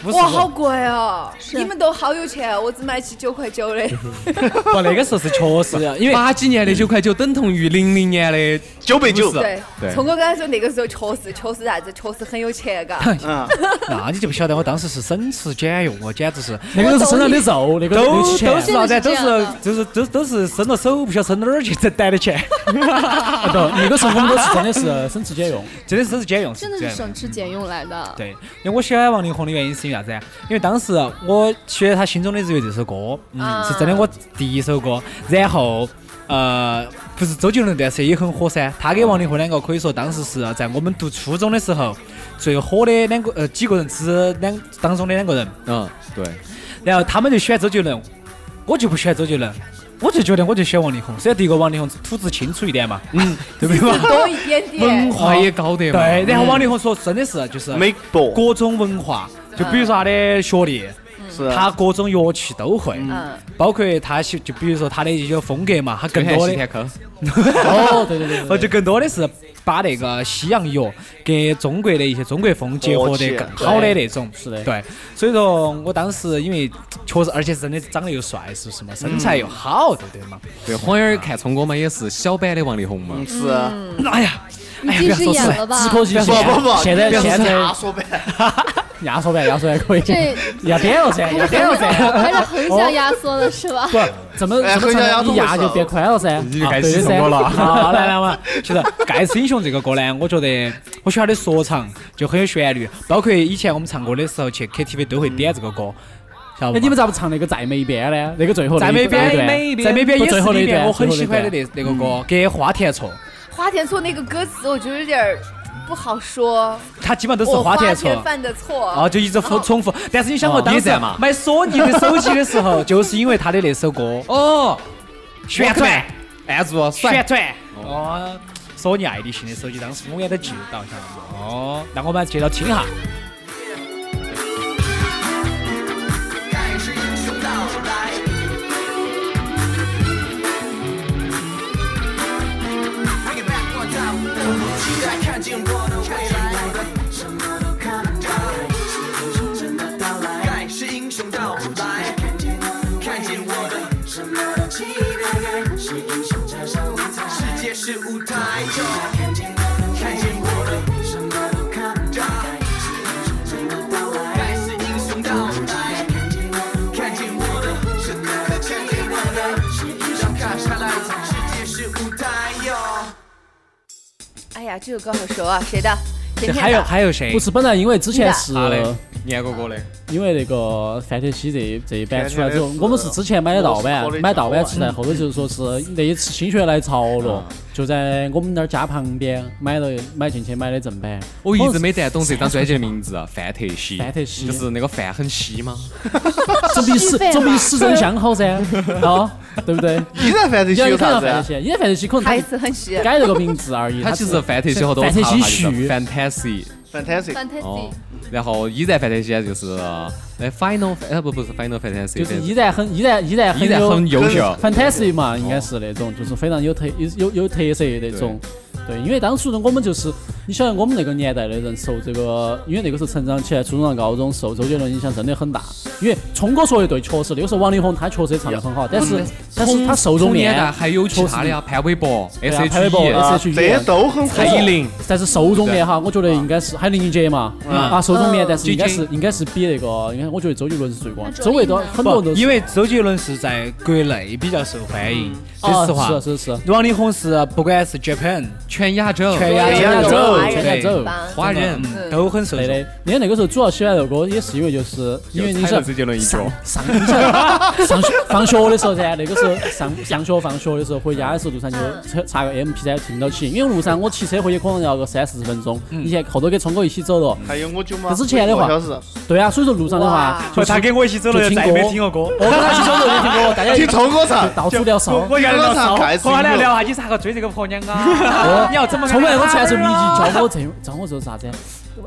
Speaker 3: 五十
Speaker 7: 哇，好
Speaker 3: 五，
Speaker 7: 贵哦！你们都好有钱哦，我只买起九块 九的。
Speaker 3: 不，那个时候是确实，啊因为
Speaker 2: 八几年的九块九等同于零零年的
Speaker 5: 九倍九
Speaker 2: 五。十
Speaker 7: 对
Speaker 2: 对，
Speaker 7: 从哥刚才说那个时候确实确实啥子，确实很有钱，嘎。
Speaker 5: 嗯，
Speaker 3: 那你就不晓得我当时是省吃俭用，我简直是
Speaker 4: 那个都是身上的肉，那个
Speaker 3: 都
Speaker 4: 六
Speaker 3: 都
Speaker 4: 七
Speaker 3: 是
Speaker 4: 千，
Speaker 3: 啥子，都
Speaker 6: 现在是这
Speaker 3: 是
Speaker 6: 样的
Speaker 3: 就是都都是伸了手不晓得伸到哪儿去才逮的钱，
Speaker 4: 啊对，那个时候我们都是真的是省吃俭用。
Speaker 3: 真的是省吃俭用，
Speaker 6: 真的
Speaker 3: 这
Speaker 6: 是
Speaker 3: 样
Speaker 6: 省吃俭用来的。
Speaker 3: 对，因为我喜欢王力宏的原因是因为啥子啊？因为当时我学他心中的日月这首歌，嗯
Speaker 7: 啊
Speaker 3: 是真的我第一首歌。然后，呃，不是周杰伦那段时间也很火噻，他跟王力宏两个可以说当时是在我们读初中的时候最火的两个呃几个人之两当中的两个人。
Speaker 2: 嗯，对，
Speaker 3: 然后他们就喜欢周杰伦，我就不喜欢周杰伦。我就觉得我就喜欢王力宏，虽然第一个王力宏吐字清楚一点嘛，嗯， 对 不对嘛？ 啊
Speaker 7: 多一点
Speaker 2: 文
Speaker 7: 点。
Speaker 2: 化也高得嘛。嗯
Speaker 3: 对，然后王力宏说真的是就是
Speaker 5: 没多
Speaker 3: 各种文化，就比如说他的学历，
Speaker 5: 是啊是
Speaker 3: 他各种乐器都会，
Speaker 7: 嗯，
Speaker 3: 包括他喜就比如说他的一些风格嘛，他更
Speaker 2: 更
Speaker 3: 多
Speaker 2: 多的
Speaker 3: 的
Speaker 2: 扣，
Speaker 4: 哦，对对对
Speaker 3: 哦，就
Speaker 4: 对对，
Speaker 3: 更多的是把那个西洋乐跟中国的一些中国风结合得更好的那种。
Speaker 4: 是的
Speaker 3: 对，所以说我当时因为确实，而且真的长得又帅，是不是嘛？身材又好，对不对嘛？
Speaker 2: 对，黄眼儿看聪哥嘛也是小版的王力宏嘛
Speaker 5: 嗯，是，
Speaker 3: 哎呀，
Speaker 6: 你
Speaker 3: 哎呀，不
Speaker 6: 近
Speaker 3: 要说出
Speaker 6: 视眼
Speaker 3: 来
Speaker 6: 了，吧？
Speaker 4: 只可惜
Speaker 5: 不不不，
Speaker 4: 现在
Speaker 5: 不要
Speaker 4: 现在
Speaker 5: 瞎说呗，
Speaker 4: 压缩版压缩还可以，
Speaker 6: 这
Speaker 4: 压扁了
Speaker 6: 哎
Speaker 4: 噻，压扁了噻。
Speaker 6: 还是横向压缩的是吧？
Speaker 4: 不，怎么
Speaker 5: 哎
Speaker 4: 怎么
Speaker 5: 回家压
Speaker 4: 唱呢？
Speaker 5: 都会
Speaker 4: 一压就
Speaker 5: 瘦
Speaker 4: 变宽了�噻，
Speaker 2: 你就
Speaker 4: 啊
Speaker 2: 开
Speaker 4: 对
Speaker 2: 始
Speaker 4: 的噻。
Speaker 2: 送我了
Speaker 3: 好，啊来来嘛，其实《盖世英雄》这个歌呢，我觉得我喜欢它的说唱就很有旋律，包括以前我们唱歌的时候去 KTV 都会点这个歌，晓得
Speaker 4: 哎，
Speaker 3: 不
Speaker 4: 你？们咋不唱那个再没一边呢？那个最后
Speaker 3: 在
Speaker 4: 那
Speaker 3: 美
Speaker 4: 一段
Speaker 3: 边，在美边也是里面我很喜欢的那那个
Speaker 4: 嗯
Speaker 3: 歌，给花田错，
Speaker 7: 花田错那个歌词，我觉得有点儿不好说，
Speaker 3: 它基本上都是
Speaker 7: 我花哦
Speaker 3: 田错。
Speaker 7: 犯的错。
Speaker 3: 啊，就一直重重复，但是你想过
Speaker 2: 哦
Speaker 3: 当
Speaker 2: 你
Speaker 3: 时
Speaker 2: 在嘛
Speaker 3: 买索尼的手机的时候，就是因为他的那首歌
Speaker 2: 哦，
Speaker 3: 旋转
Speaker 2: 按住
Speaker 3: 旋
Speaker 2: 甩，
Speaker 3: 转，哦，索尼爱立信的手机，当时我也都记得到，晓得吗？哦，那我们接着听一下。
Speaker 7: 哎呀，这首歌好熟啊，谁的？
Speaker 3: 这
Speaker 7: 甜甜的
Speaker 3: 还有还有谁？
Speaker 4: 不是，本来因为之前是
Speaker 2: 啥嘞？年哥哥嘞，
Speaker 4: 因为那个范特西这这一版出来之后
Speaker 5: 范特，西
Speaker 4: 我们是之前买的盗版
Speaker 5: 我是，啊
Speaker 4: 买盗版磁带，后头就是说是那一次心血来潮了，就在我们那儿家旁边买了买进去买的正版。
Speaker 5: 哦
Speaker 4: 哦
Speaker 2: 我一直没带懂这张专辑的名字，啊范特西，
Speaker 4: 范特西
Speaker 2: 就是那个饭很稀吗？
Speaker 4: 这比市
Speaker 6: 费
Speaker 4: 这比
Speaker 6: 嘛
Speaker 4: 市政乡好 噻，啊，对不对？
Speaker 5: 依然范特
Speaker 4: 你
Speaker 5: 西
Speaker 4: 要
Speaker 5: 有
Speaker 4: 看
Speaker 5: 啥
Speaker 4: 到
Speaker 5: 子
Speaker 4: 范特
Speaker 5: 啊？
Speaker 4: 西，你看范特西可能
Speaker 7: 孩
Speaker 4: 他
Speaker 7: 子很实。
Speaker 4: 改了个名字而已。
Speaker 2: 他其实范特西后头我
Speaker 4: 范特
Speaker 2: 查
Speaker 4: 西
Speaker 2: 了下就是
Speaker 4: 徐，
Speaker 2: fantasy，
Speaker 4: 啊
Speaker 5: fantasy，
Speaker 2: 哦
Speaker 6: fantasy，，
Speaker 2: 然后依然范特西啊就是哎 final，哎不不是 final fantasy，
Speaker 4: 就是依然很依然依然
Speaker 2: 依
Speaker 4: 很
Speaker 2: 然
Speaker 4: 有
Speaker 2: 很啊优秀。
Speaker 4: fantasy 嘛，应该是那种就是非常有特有有有特色的那种。对，因为当初我们就是，你晓得我们那个年代的人受这个，因为那个时候成长起来，初中到高中受周杰伦影响真的很大。因为聪哥说的对，确实那个时候王力宏他确实也唱得很好，但是但是他受众
Speaker 2: 同
Speaker 4: 面
Speaker 2: 年代还有其他的啊，潘玮柏、
Speaker 4: 对啊
Speaker 2: S.H.E、
Speaker 4: 潘玮柏
Speaker 5: 啊
Speaker 4: SHE
Speaker 5: 这都很火
Speaker 2: 蔡，依林，
Speaker 4: 但是受众面哈，我觉得应该是还有林俊杰嘛，啊，受众面，但是应该是应该是比那个，应该我觉得周杰伦是最光，周围都很多人
Speaker 3: 不
Speaker 4: 都，是
Speaker 3: 因为周杰伦是在国内比较受欢迎，说
Speaker 4: 啊
Speaker 3: 实话。
Speaker 4: 是是是，哦
Speaker 3: 王力宏是啊不管是 Japan
Speaker 2: 全亚洲，
Speaker 3: 全亚
Speaker 5: 全亚
Speaker 3: 洲
Speaker 5: 洲
Speaker 7: 华人
Speaker 4: 全亚洲
Speaker 7: 吧
Speaker 2: 华人
Speaker 3: 嗯都很受
Speaker 4: 对的
Speaker 3: 众。。
Speaker 4: 你看那个时候主要喜欢那个歌，也是因为就是因为你
Speaker 2: 踩了
Speaker 4: 想
Speaker 2: 周杰伦一脚
Speaker 4: 上上你想上学放学的时候噻，那个时候上上学放学的时候回家的时候路上就插插个 MP 3听到起，因为路上我骑车回去可能要个三四十分钟，以前后头跟聪哥一起走了，
Speaker 5: 还有我舅妈
Speaker 4: 那之前的话
Speaker 5: 一个小时，
Speaker 4: 对啊，所以说路上的话
Speaker 7: 哇
Speaker 4: 就是
Speaker 3: 他跟我一起走
Speaker 4: 就
Speaker 3: 了，
Speaker 4: 听
Speaker 3: 再也没
Speaker 4: 歌
Speaker 3: 听过歌。
Speaker 4: 我跟他一起走路也听过，大家
Speaker 5: 听聪哥唱，
Speaker 4: 到处聊 骚
Speaker 3: 我。我原来聊骚，
Speaker 5: 我上
Speaker 3: 后啊来聊下你咋个追这个婆娘 啊？你要怎么跟
Speaker 4: 从
Speaker 3: 她玩
Speaker 4: 来
Speaker 3: 儿啊？
Speaker 4: 我传授秘籍，教我这教我做啥子？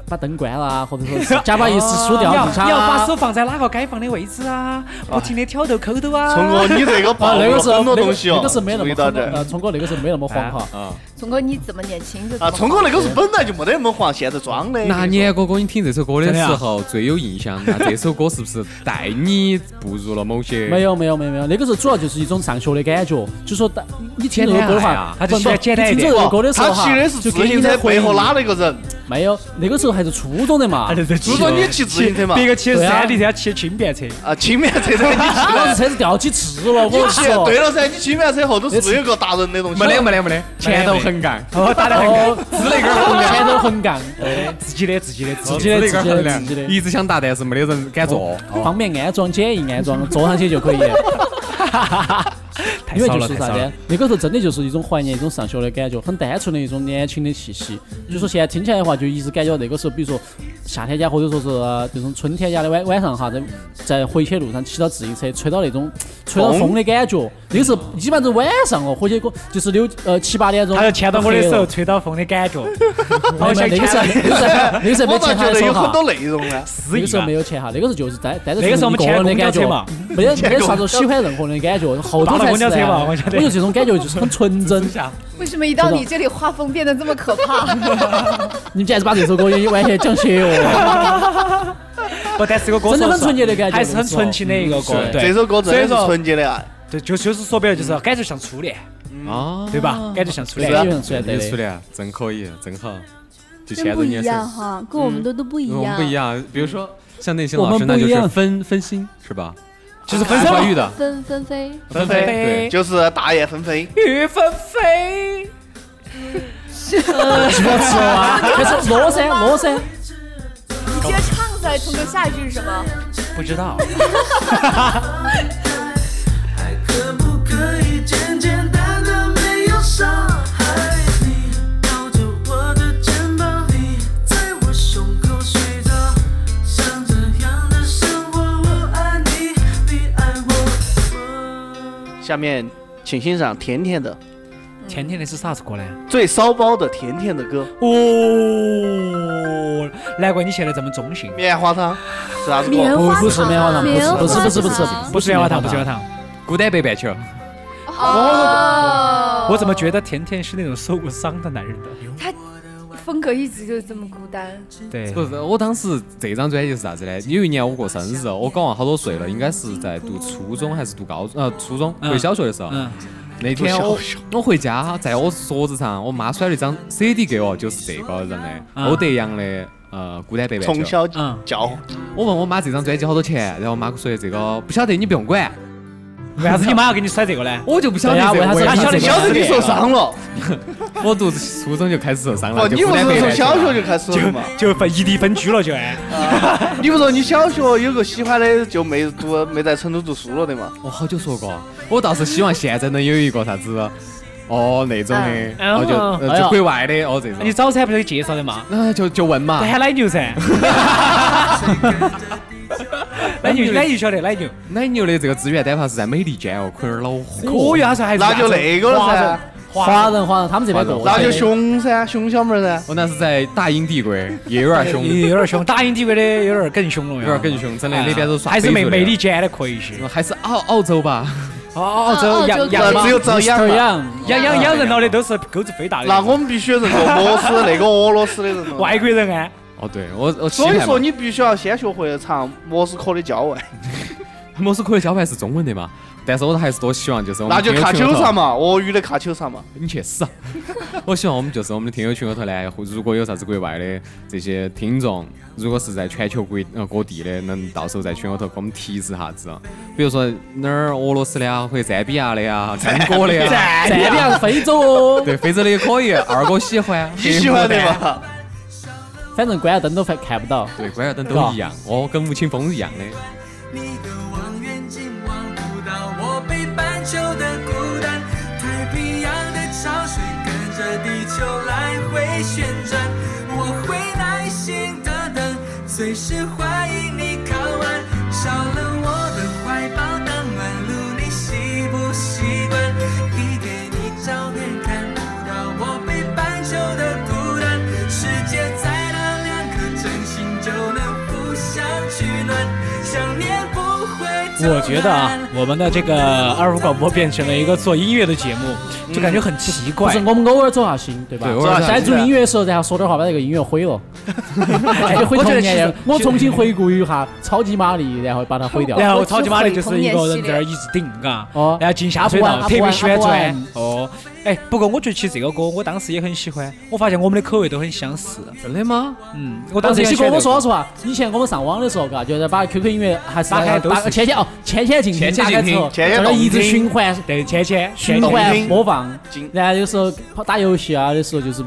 Speaker 4: 把灯关了啊，或者说是加把钥匙输掉
Speaker 3: 你要
Speaker 4: 地下
Speaker 3: 你要把
Speaker 4: 啊
Speaker 3: 手。放在哪个该放的位置啊？不停的挑逗抠逗啊！
Speaker 5: 聪哥你这个
Speaker 4: 啊，
Speaker 5: 暴
Speaker 4: 那
Speaker 5: 露
Speaker 4: 个
Speaker 5: 了
Speaker 4: 时候
Speaker 5: 很
Speaker 4: 那
Speaker 5: 多
Speaker 4: 个
Speaker 5: 东西哦
Speaker 4: 那，个是没那
Speaker 5: 注
Speaker 4: 么
Speaker 5: 意到
Speaker 4: 慌
Speaker 5: 这
Speaker 4: 的，
Speaker 5: 儿
Speaker 4: 呃，聪哥那个是没那么慌哈。
Speaker 2: 啊。
Speaker 7: 聪哥，你怎么年轻就怎么
Speaker 5: 啊，聪哥那个是本来就没得那么黄，现在装的。
Speaker 2: 那年哥哥，你听这首歌的
Speaker 3: 真的
Speaker 2: 时
Speaker 3: 啊
Speaker 2: 候最有印象，那这首歌是不是带你步入了某些？
Speaker 4: 没，有没有没有没有，那个时候主要就是一种上学的感觉，就说当你听这个歌的
Speaker 2: 简单
Speaker 5: 哎
Speaker 2: 爱
Speaker 4: 话
Speaker 2: 啊，
Speaker 3: 他就
Speaker 4: 不
Speaker 3: 喜欢
Speaker 4: 不
Speaker 3: 简单一
Speaker 4: 你听
Speaker 3: 点
Speaker 4: 这
Speaker 5: 不
Speaker 4: 个歌的时候
Speaker 5: 他骑
Speaker 4: 哈
Speaker 5: 的是，
Speaker 4: 就
Speaker 5: 自
Speaker 4: 给你
Speaker 5: 行车
Speaker 4: 的回
Speaker 5: 背
Speaker 4: 忆
Speaker 5: 后拉了一个人，
Speaker 4: 没有，那个时候还是初中的 嘛，
Speaker 3: 啊
Speaker 5: 就说你骑自行车嘛，
Speaker 3: 别个骑
Speaker 4: 对啊
Speaker 3: 山地车骑轻便车，
Speaker 5: 啊，轻便车噻，你骑
Speaker 4: 老子
Speaker 5: 了，
Speaker 4: 车子掉起刺 了，我跟
Speaker 5: 你
Speaker 4: 你
Speaker 5: 骑
Speaker 4: 说。
Speaker 5: 对了噻，你轻便车后头是不是有个打人的东西？
Speaker 2: 没得没得没得，前头
Speaker 3: 没得
Speaker 2: 横杠，
Speaker 3: 哦，打得很高，
Speaker 4: 哦，自那个前头横杠，对的，
Speaker 3: 自己的自己的自己的
Speaker 4: 自己的
Speaker 2: 那个横
Speaker 4: 自己的
Speaker 2: 杠，一直想打，但是没得人敢坐。
Speaker 4: 方便安装，简易安装，坐上去就可以。
Speaker 3: 太
Speaker 4: 因为
Speaker 3: 少
Speaker 4: 就
Speaker 3: 了，
Speaker 4: 是
Speaker 3: 太
Speaker 4: 啥
Speaker 3: 少了
Speaker 4: 子。，那个时候真的就是一种怀念一种上学的感觉，很单纯的一种年轻的气息。就说现在听起来的话，就一直感觉那个时候，比如说夏天家或者说是呃这种春天家的晚晚上哈，在在回去路上骑到自行车，吹到那种吹到风的感觉，那个时候基本上是晚上哦，回去过就是六呃七八点钟，
Speaker 3: 他就牵到我的
Speaker 4: 黑了
Speaker 3: 手，吹到风的感觉，
Speaker 4: 没
Speaker 3: 好
Speaker 4: 有
Speaker 3: 想
Speaker 4: 没有那个时候
Speaker 3: 牵。
Speaker 4: 那个时候那个时候
Speaker 5: 我
Speaker 4: 没
Speaker 5: 倒
Speaker 4: 钱
Speaker 5: 觉
Speaker 4: 还
Speaker 5: 得
Speaker 4: 手
Speaker 5: 有很
Speaker 4: 哈。
Speaker 5: 多内容啊呢。
Speaker 3: 失
Speaker 4: 那个
Speaker 3: 忆
Speaker 4: 时候
Speaker 3: 嘛
Speaker 4: 没。有钱哈，那个时候就是待待着
Speaker 3: 那个时候我们
Speaker 4: 个
Speaker 3: 牵
Speaker 4: 人的
Speaker 3: 公交
Speaker 4: 感
Speaker 3: 车
Speaker 4: 觉
Speaker 3: 嘛，
Speaker 4: 没得没得啥子喜欢任何人的感觉，后头
Speaker 3: 扒了
Speaker 4: 才
Speaker 3: 公
Speaker 4: 是
Speaker 3: 交车嘛
Speaker 4: 啊。
Speaker 3: 我
Speaker 4: 我
Speaker 3: 觉
Speaker 4: 觉
Speaker 3: 得
Speaker 4: 得这种感觉就是很纯真。
Speaker 7: 为什么一到你这里画风变得这么可怕？
Speaker 4: 你们简直把这首歌也完全讲邪哦！
Speaker 3: 不，但是个歌手
Speaker 4: 真的很
Speaker 3: 是
Speaker 4: 纯洁的感觉
Speaker 3: 还是很纯情的一个歌
Speaker 4: 嗯。是
Speaker 3: 对，
Speaker 5: 这首歌真
Speaker 3: 所以
Speaker 5: 的是
Speaker 3: 说
Speaker 5: 纯洁的啊爱，
Speaker 3: 对，就就是说白了，就是感觉像初恋，
Speaker 2: 啊，
Speaker 3: 对吧？
Speaker 4: 哦
Speaker 3: 感觉像初
Speaker 4: 这
Speaker 5: 啊
Speaker 3: 恋。
Speaker 4: 个人出来
Speaker 2: 你出
Speaker 4: 的，
Speaker 2: 来真可以，真好，就牵
Speaker 6: 真
Speaker 2: 着
Speaker 6: 不
Speaker 2: 你
Speaker 6: 一
Speaker 2: 的手。
Speaker 6: 样哈，跟我们的都不一
Speaker 2: 我们
Speaker 6: 样，
Speaker 2: 不一样，比如说像那些
Speaker 4: 我
Speaker 2: 老
Speaker 4: 们
Speaker 2: 师，那
Speaker 4: 不
Speaker 2: 就
Speaker 4: 一
Speaker 2: 是
Speaker 4: 样
Speaker 2: 分分心是吧？
Speaker 3: 就是分手
Speaker 2: 爱
Speaker 3: 了
Speaker 2: 怀玉的
Speaker 6: 纷纷飞，
Speaker 2: 分
Speaker 3: 飞
Speaker 2: 对，
Speaker 5: 就是大雁纷飞。
Speaker 3: 雨纷飞，
Speaker 4: 开始落噻落噻，
Speaker 7: 你接着唱噻，聪哥下一句是什么？
Speaker 3: 不知道。
Speaker 9: 还可不可以简简单单没有伤害？你抱着我的肩膀，你在我胸口睡着，像这样的生活，我爱你，你爱我。
Speaker 5: 下面请欣赏甜甜的
Speaker 3: 甜甜的是啥子歌呢？
Speaker 5: 最骚包的甜甜的歌
Speaker 3: 哦，难怪你现在这么中性。
Speaker 5: 《棉花糖》是啥子
Speaker 6: 棉
Speaker 5: 歌？
Speaker 6: 花糖，
Speaker 4: 不是棉花糖，
Speaker 6: 棉
Speaker 4: 不是不是不是
Speaker 6: 花糖
Speaker 4: 不是
Speaker 3: 不是棉花糖，不是棉花糖。
Speaker 2: 孤单北半球，
Speaker 7: 哦，
Speaker 3: 我怎么觉得甜甜是那种受过伤的男人的？
Speaker 7: 风格一直就是这么孤单？
Speaker 3: 对，
Speaker 2: 不是，我当时这张专辑是啥子呢？有一年我过生日，哦我搞忘好多岁了，应该是在读初中还是读高中？呃，初中
Speaker 3: 嗯
Speaker 2: 回小学的时候。
Speaker 3: 嗯，
Speaker 2: 那天我
Speaker 5: 读小学
Speaker 2: 我回家，在我桌子上，我妈甩了一张 CD 给我，就是这个人的
Speaker 3: 嗯
Speaker 2: 欧德阳的呃《孤单北半球
Speaker 5: 从》。小
Speaker 3: 嗯
Speaker 5: 教
Speaker 2: 我问我妈这张专辑好多钱，然后我妈说的这个不晓得，你不用管。
Speaker 3: 为啥子你妈要给你甩这个呢？
Speaker 2: 我就不晓得这
Speaker 4: 对呀
Speaker 2: 个
Speaker 4: 为啥
Speaker 2: 问
Speaker 4: 子
Speaker 2: 题
Speaker 3: 小
Speaker 2: 在
Speaker 3: 的
Speaker 2: 哪
Speaker 5: 小时候你受伤了，
Speaker 2: 我读初中就开始受伤了，
Speaker 5: 哦，
Speaker 2: 啊就
Speaker 5: 你
Speaker 2: 孤
Speaker 5: 不
Speaker 2: 单
Speaker 5: 是
Speaker 2: 北
Speaker 5: 从
Speaker 2: 半球
Speaker 5: 小
Speaker 2: 了
Speaker 5: 学就开始了嘛？
Speaker 3: 就就分异地分居了，就哎，
Speaker 5: 你不说你小学有个喜欢的就没读没在成都读书了的嘛？
Speaker 2: 我哦好久说过，我倒是希望现在能有一个啥子，哦那种的，
Speaker 3: 嗯
Speaker 2: 哦就呃
Speaker 4: 哎
Speaker 2: 就
Speaker 4: 呀
Speaker 2: 国外的，哦这
Speaker 3: 你
Speaker 2: 种，
Speaker 3: 早餐不是有介绍的嘛？
Speaker 2: 那就就问嘛
Speaker 3: 不，喊奶 牛噻，奶牛 奶牛晓得奶牛，
Speaker 2: 奶牛的这个资源单发是在美利坚哦，可有点恼
Speaker 3: 哦
Speaker 2: 火。
Speaker 3: 哟，他说还是
Speaker 5: 那就那个了
Speaker 3: 华人
Speaker 5: 噻，
Speaker 4: 华
Speaker 3: 华人，
Speaker 4: 人华人他们这边过，
Speaker 5: 那就熊噻，熊小妹儿噻。
Speaker 2: 哦我那是在大英帝国，也有点凶，
Speaker 3: 有点凶，大英帝国的有点更凶了，
Speaker 2: 有点更凶，真的
Speaker 3: 哎呀
Speaker 2: 那边都耍
Speaker 3: 还是
Speaker 2: 非
Speaker 3: 美
Speaker 2: 洲的嗯
Speaker 3: 美利坚的可以些，
Speaker 2: 还是澳澳洲吧，
Speaker 3: 哦哦，
Speaker 6: 澳
Speaker 3: 这
Speaker 6: 洲
Speaker 3: 养
Speaker 6: 可
Speaker 3: 养
Speaker 6: 以
Speaker 5: 那只有遭殃
Speaker 4: 一
Speaker 5: 嘛。
Speaker 4: 样，
Speaker 3: 养养养人了的都是钩子飞大的，
Speaker 5: 那我们必须认个摩斯那个俄罗斯的人了。
Speaker 3: 外国人啊，
Speaker 2: 哦对我我
Speaker 5: 所以说
Speaker 2: 你
Speaker 5: 你必须要先学会唱莫斯科的郊外，
Speaker 2: 莫斯科的招牌是中文的嘛，但是我还是多希望就是我们
Speaker 5: 那就
Speaker 2: 听友
Speaker 5: 卡
Speaker 2: 群里
Speaker 5: 秋
Speaker 2: 头
Speaker 5: 莎嘛，俄语的卡秋莎嘛。
Speaker 2: 你去 死！啊我希望我们就是我们的听友群里头呢，或如果有啥子国外的这些听众，如果是在全球各呃各地的，能到时候在群里头给我们提示下子，啊比如说哪儿俄罗斯的啊，或者赞比亚的 呀，中国的呀，
Speaker 4: 赞比亚是非洲哦，
Speaker 2: 对，非洲的也可以。 二哥喜欢，
Speaker 5: 你喜欢的
Speaker 2: 黑牡丹？
Speaker 5: 嘛？
Speaker 4: 反正关了灯都看看不到。
Speaker 2: 对，关晓灯都一样，哦，跟吴青峰一样的。
Speaker 9: 你的望远镜望不到我北半球的孤单，太平洋的潮水跟着地球来回旋转，我会耐心的等，随时欢迎你靠岸。少了我的怀抱，当晚路你习不习惯？递给你照片，看不到我北半球的孤单，世界再大，两颗真心就能互相取暖，想念不会。
Speaker 3: 我觉得啊，我们的这个二胡广播变成了一个做音乐的节目，就感觉很奇
Speaker 4: 不
Speaker 3: 怪
Speaker 4: 是，。我们偶尔走下心，对吧？
Speaker 2: 对偶尔走下
Speaker 4: 在
Speaker 2: 心
Speaker 4: 做音乐的时候，然后说点话，把这个音乐 毁了，就毁
Speaker 3: 我觉
Speaker 4: 童
Speaker 3: 得其实
Speaker 4: 年了。我重新回顾一下超级玛丽，然后把它 毁掉。
Speaker 3: 然后超级玛丽就是一个人在那儿一直顶，嘎，
Speaker 4: 哦
Speaker 3: 然后进下水道，
Speaker 4: 啊
Speaker 3: 特
Speaker 4: 不玩
Speaker 3: 别喜欢
Speaker 4: 啊不玩
Speaker 3: 钻。哦，哎，不过我觉得其实这个歌我当时也很喜欢，我发现我们的口味都很相似。
Speaker 2: 真的吗？
Speaker 3: 嗯，我
Speaker 4: 但
Speaker 3: 当时
Speaker 4: 这
Speaker 3: 也
Speaker 4: 些
Speaker 3: 喜欢
Speaker 4: 歌
Speaker 3: 这
Speaker 4: 我
Speaker 3: 个
Speaker 4: 说老哦实话，以前我们上网的时候，嘎，就在把 QQ 音乐还是
Speaker 3: 打开都是
Speaker 4: 打千千哦，千千静听，
Speaker 2: 千千
Speaker 4: 打开之后，
Speaker 5: 千千
Speaker 4: 在那儿一直
Speaker 5: 动听
Speaker 4: 循环
Speaker 3: 对，芊芊，
Speaker 4: 循
Speaker 5: 动
Speaker 4: 环
Speaker 5: 听
Speaker 4: 播放
Speaker 5: 进。
Speaker 4: 然后有时候跑打游戏啊的时候，就是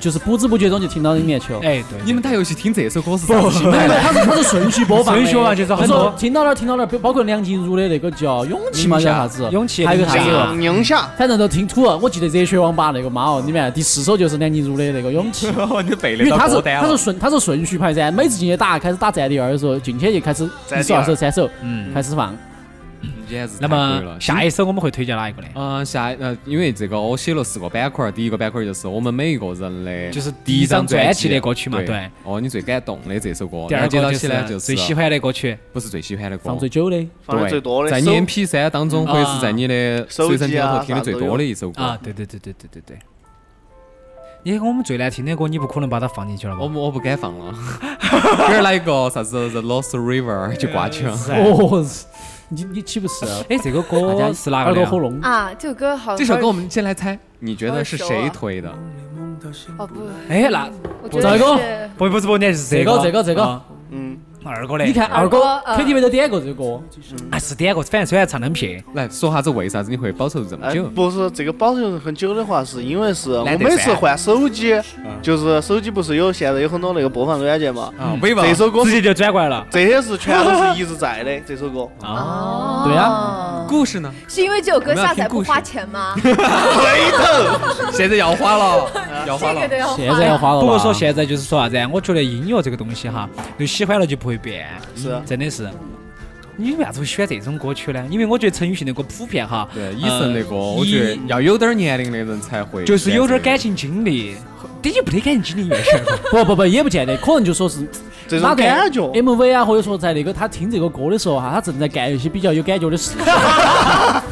Speaker 4: 就是不知不觉中就听到你念球。
Speaker 3: 哎， 对，
Speaker 2: 你们打游戏听这首歌是啥子心
Speaker 4: 没
Speaker 2: 态
Speaker 4: 有，没有
Speaker 2: 呢？
Speaker 4: 它是它是顺序播放 的，
Speaker 3: 顺序播放就是很多
Speaker 4: 它是听到哪儿听到哪儿，包括梁静茹的那个叫《勇气》嘛，叫啥子？
Speaker 3: 勇气啊
Speaker 4: 还有个啥
Speaker 3: 宁夏
Speaker 4: 子？
Speaker 5: 嗯宁夏
Speaker 4: 反正都挺土啊。我记得热血网吧那个妈哦，里面第四首就是梁静茹的那个《勇气》。
Speaker 2: 你背
Speaker 4: 因为
Speaker 2: 得
Speaker 4: 它
Speaker 2: 到
Speaker 4: 是
Speaker 2: 歌单
Speaker 4: 它是
Speaker 2: 了。
Speaker 4: 顺它是顺序排噻，每次进去打，开始打战地二的时候，进去就开始一首、二首、三首，
Speaker 3: 嗯，
Speaker 4: 开始放。
Speaker 2: 简直
Speaker 3: 那
Speaker 2: 太贵
Speaker 3: 么
Speaker 2: 了
Speaker 3: 下一首我们会推荐哪一个呢？
Speaker 2: 嗯，下一呃，因为这个我写了四个板块儿，第一个板块儿就是我们每一个人的，
Speaker 3: 就是
Speaker 2: 第一张
Speaker 3: 专
Speaker 2: 辑
Speaker 3: 辑的歌曲嘛对。
Speaker 2: 哦，你最感动的这首歌，
Speaker 3: 第二
Speaker 2: 然后接
Speaker 3: 个
Speaker 2: 到
Speaker 3: 就
Speaker 2: 起来就是
Speaker 3: 最喜，欢的歌曲，
Speaker 2: 不是最喜欢的歌
Speaker 4: 放，最久的，
Speaker 5: 放的最多的
Speaker 2: 在你
Speaker 5: 手
Speaker 2: MP 三当中，或者是在你的
Speaker 5: 手
Speaker 2: 随身
Speaker 5: 机
Speaker 2: 听
Speaker 5: 啊
Speaker 2: 头听的最多的一首歌。
Speaker 3: 啊，对对对对对对对。你看我们最难听的歌，你不可能把它放进去了
Speaker 2: 我
Speaker 3: 吧？
Speaker 2: 不我不敢放了， 今儿来一个啥子 The Lost River 就挂起了。
Speaker 4: 哦，你你岂不是？啊
Speaker 3: 哎，这个
Speaker 4: 大家
Speaker 3: 歌是哪
Speaker 4: 耳
Speaker 3: 个的
Speaker 4: 朵
Speaker 3: 呀
Speaker 4: 喉？聋。
Speaker 7: 啊，这首歌好，
Speaker 2: 这首歌我们先来猜，你觉得是谁推的？
Speaker 7: 哦不，
Speaker 3: 哎，那
Speaker 7: 我觉
Speaker 4: 哪
Speaker 7: 得
Speaker 4: 一个
Speaker 7: 是
Speaker 3: 不不是不，你是
Speaker 4: 这个这个这个
Speaker 3: 啊
Speaker 5: 嗯，
Speaker 3: 二哥
Speaker 4: 你
Speaker 3: 嘞，
Speaker 4: 看二哥
Speaker 7: 二哥嗯
Speaker 4: KTV 都点过这个歌，
Speaker 3: 啊是点歌，反正虽然唱得很撇，
Speaker 2: 来说下子为啥子你会保持这么
Speaker 5: 哎
Speaker 2: 久？
Speaker 5: 不是这个保存很久的话，是因为是我
Speaker 2: 懒得嗯
Speaker 5: 每次
Speaker 2: 删
Speaker 5: 换手机，就是手机不是有现在有很多那个播放软件嘛，
Speaker 2: 啊，尾巴
Speaker 5: 哎这首歌
Speaker 3: 直接就转过来了。
Speaker 5: 这些是全都是一直在 的这首歌，
Speaker 7: 哦，
Speaker 4: 对
Speaker 7: 啊，
Speaker 2: 故事呢？
Speaker 7: 是因为这首歌下载不
Speaker 2: 我们要
Speaker 7: 花
Speaker 2: 听
Speaker 7: 钱吗？
Speaker 5: 回头
Speaker 2: 现在要花 了，要花
Speaker 7: 这个
Speaker 2: 了
Speaker 7: 都。要花
Speaker 4: 现在要花了吧。
Speaker 3: 不过说现在就是说啥子啊？我觉得音乐这个东西哈，就喜欢了就不会变，
Speaker 5: 是
Speaker 3: 真的是。你为啥子会喜欢这种歌曲呢？因为我觉得陈奕迅的歌普遍哈，
Speaker 2: 对，以
Speaker 3: 呃
Speaker 2: 神的歌，我觉得
Speaker 3: 以
Speaker 2: 要有点年龄的人才会，
Speaker 3: 就是有点感。情经历，你就不得感情经历原先了。
Speaker 4: 不不不，也不见得，可能就说是
Speaker 5: 这
Speaker 4: 哪个
Speaker 5: 种感觉，
Speaker 2: 哎
Speaker 4: MV 啊，或者说在那个他听这个歌的时候哈、他正在干一些比较有感觉的事 情，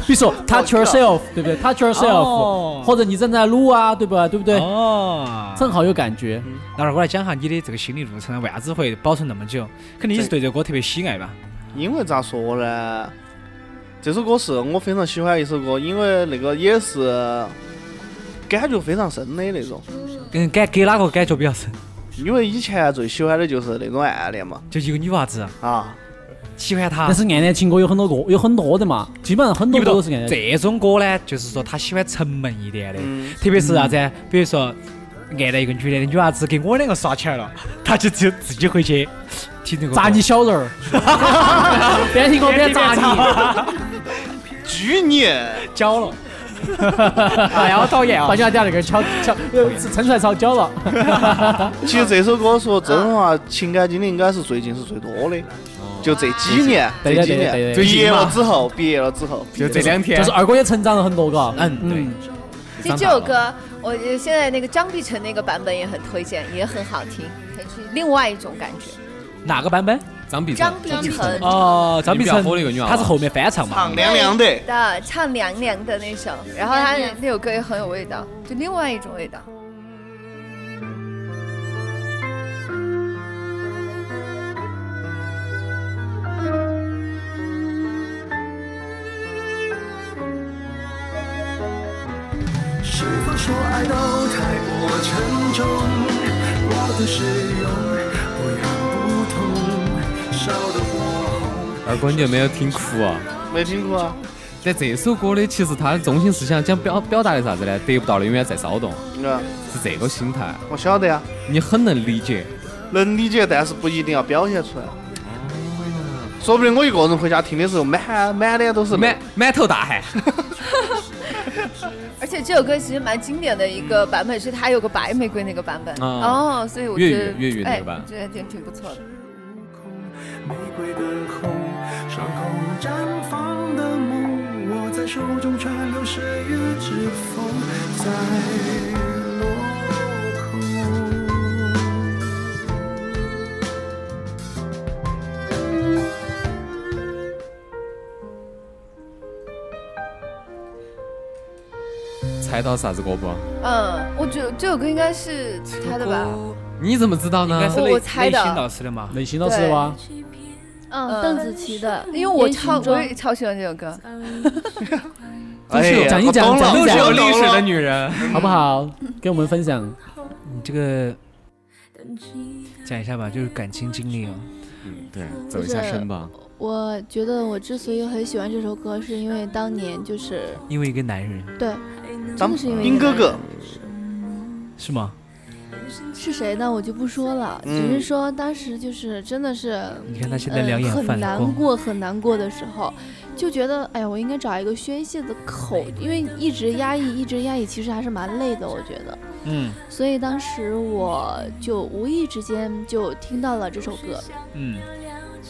Speaker 4: 比如
Speaker 3: Oh,
Speaker 4: 说 Touch Yourself，对不对？Touch Yourself，、
Speaker 3: 哦
Speaker 4: 或者你正在撸啊，对吧？ 对不对？
Speaker 3: 哦，
Speaker 4: 正好有感觉，
Speaker 3: 那二哥来讲下你的这个心理路程，啊为啥子会保存那么久？肯定你是对这个歌特别喜爱吧？
Speaker 5: 因为咋说呢？这首歌是我非常喜欢的一首歌，因为那个也是感觉非常深的那种。
Speaker 3: 跟感给哪个感觉比较深？
Speaker 5: 因为以前最喜欢的就是那种暗恋嘛，
Speaker 3: 就一个女娃子
Speaker 5: 啊，
Speaker 3: 喜欢他
Speaker 4: 但，是暗恋情歌有很多歌，有很多的嘛，基本上很
Speaker 3: 啊你
Speaker 4: 多
Speaker 3: 不
Speaker 4: 歌
Speaker 3: 懂
Speaker 4: 都是暗恋情。
Speaker 3: 这种歌呢，就是说他喜欢沉闷一点的，
Speaker 5: 嗯，
Speaker 3: 特别是啥子啊？比如说暗恋一个女的，那女娃子跟我两个耍起来了， 他就只有自己回去听这个歌
Speaker 4: 砸你小人儿，边听歌边砸你，
Speaker 5: 拘你，
Speaker 3: 脚了。哎呀，好讨厌
Speaker 4: 把！人家那个敲敲，呃撑出来吵脚了。
Speaker 5: 其实这首歌说真话，情感经历应该是最近是最多的，就这几年，
Speaker 4: 哦对
Speaker 5: 这
Speaker 4: 对
Speaker 5: 几
Speaker 4: 对对对
Speaker 5: 年，
Speaker 4: 对
Speaker 5: 毕业了之后，毕业了之后，
Speaker 2: 就这两天
Speaker 4: 就是，二哥也成长了很多，嘎。
Speaker 3: 嗯，对，
Speaker 7: 其实这首歌，我觉得现在那个张碧晨那个版本也很推荐，也很好听，是另外一种感觉。
Speaker 3: 哪个版本？
Speaker 2: 张碧晨
Speaker 7: 张，碧晨
Speaker 3: 哦，张碧
Speaker 2: 你比
Speaker 3: 晨
Speaker 2: 较火的一个女娃娃
Speaker 3: 她是后面翻唱
Speaker 4: 啊
Speaker 3: 嘛
Speaker 5: 唱？凉凉啊的，
Speaker 7: 的唱凉凉的那首，然后他那首歌也很有味道，就另外一种味道。
Speaker 9: 是否说爱都太过沉重？我的使用不痒不痛，烧得火红。
Speaker 2: 二哥你有没有听哭啊？
Speaker 5: 没听过啊？
Speaker 2: 在这首歌的，其实它的中心思想想表表达的啥子呢？得不到的永远在骚动，
Speaker 5: 啊，
Speaker 2: 是这个心态，
Speaker 5: 我晓得呀，啊
Speaker 2: 你很能理解。
Speaker 5: 能理解，但是不一定要表现
Speaker 4: 哦
Speaker 5: 出来。说不定我一个人回家听的时候，满满脸都是
Speaker 2: 满满头大汗，
Speaker 7: 而且这首歌其实蛮经典的一个版本，是它有个白玫瑰那个版本
Speaker 2: 啊
Speaker 7: 哦，所以我
Speaker 2: 粤
Speaker 7: 觉得
Speaker 2: 语粤语那个版
Speaker 7: 哎我觉得挺挺不错的。
Speaker 9: 玫瑰的红，伤口绽放的梦，握在手中川流石雨之风在落空。
Speaker 2: 猜到啥子歌不？
Speaker 7: 嗯，我觉得这首歌应该是他的吧？
Speaker 2: 你怎么知道
Speaker 3: 应该
Speaker 2: 呢
Speaker 3: 是？
Speaker 7: 我
Speaker 3: 雷
Speaker 7: 我猜的
Speaker 3: 雷欣老嗯师的嘛？
Speaker 4: 内心老师的哇，
Speaker 6: 嗯，邓紫棋的，
Speaker 7: 因为我超
Speaker 6: 言情
Speaker 7: 我
Speaker 6: 中
Speaker 7: 也超喜欢这首 歌。
Speaker 5: 哎呀
Speaker 4: 讲一
Speaker 5: 我
Speaker 4: 讲
Speaker 5: 懂了
Speaker 4: 讲一
Speaker 2: 都
Speaker 4: 讲
Speaker 2: 是有历史
Speaker 5: 我懂
Speaker 2: 的
Speaker 5: 了
Speaker 2: 女人。
Speaker 4: 好不好？给我们分享。
Speaker 3: 你这个讲一下吧，就是感情经历哦。
Speaker 2: 嗯，对，走一下身吧。
Speaker 6: 我觉得我之所以很喜欢这首歌，是因为当年就是
Speaker 3: 因为一个男人
Speaker 6: 对，
Speaker 3: 嗯
Speaker 6: 真的
Speaker 5: 咱 们
Speaker 6: 是因为
Speaker 5: 兵哥哥，
Speaker 3: 是吗？
Speaker 6: 是谁呢？我就不说了，
Speaker 5: 嗯
Speaker 6: 只是说当时就是真的是，
Speaker 3: 你看他现在两
Speaker 6: 嗯，
Speaker 3: 眼泛
Speaker 6: 很
Speaker 3: 光
Speaker 6: 难，过很难过的时候，就觉得哎呀，我应该找一个宣泄的口，因为一直压抑，一直压抑，其实还是蛮累的，我觉得。
Speaker 3: 嗯
Speaker 6: 所以当时我就无意之间就听到了这首歌，
Speaker 3: 嗯，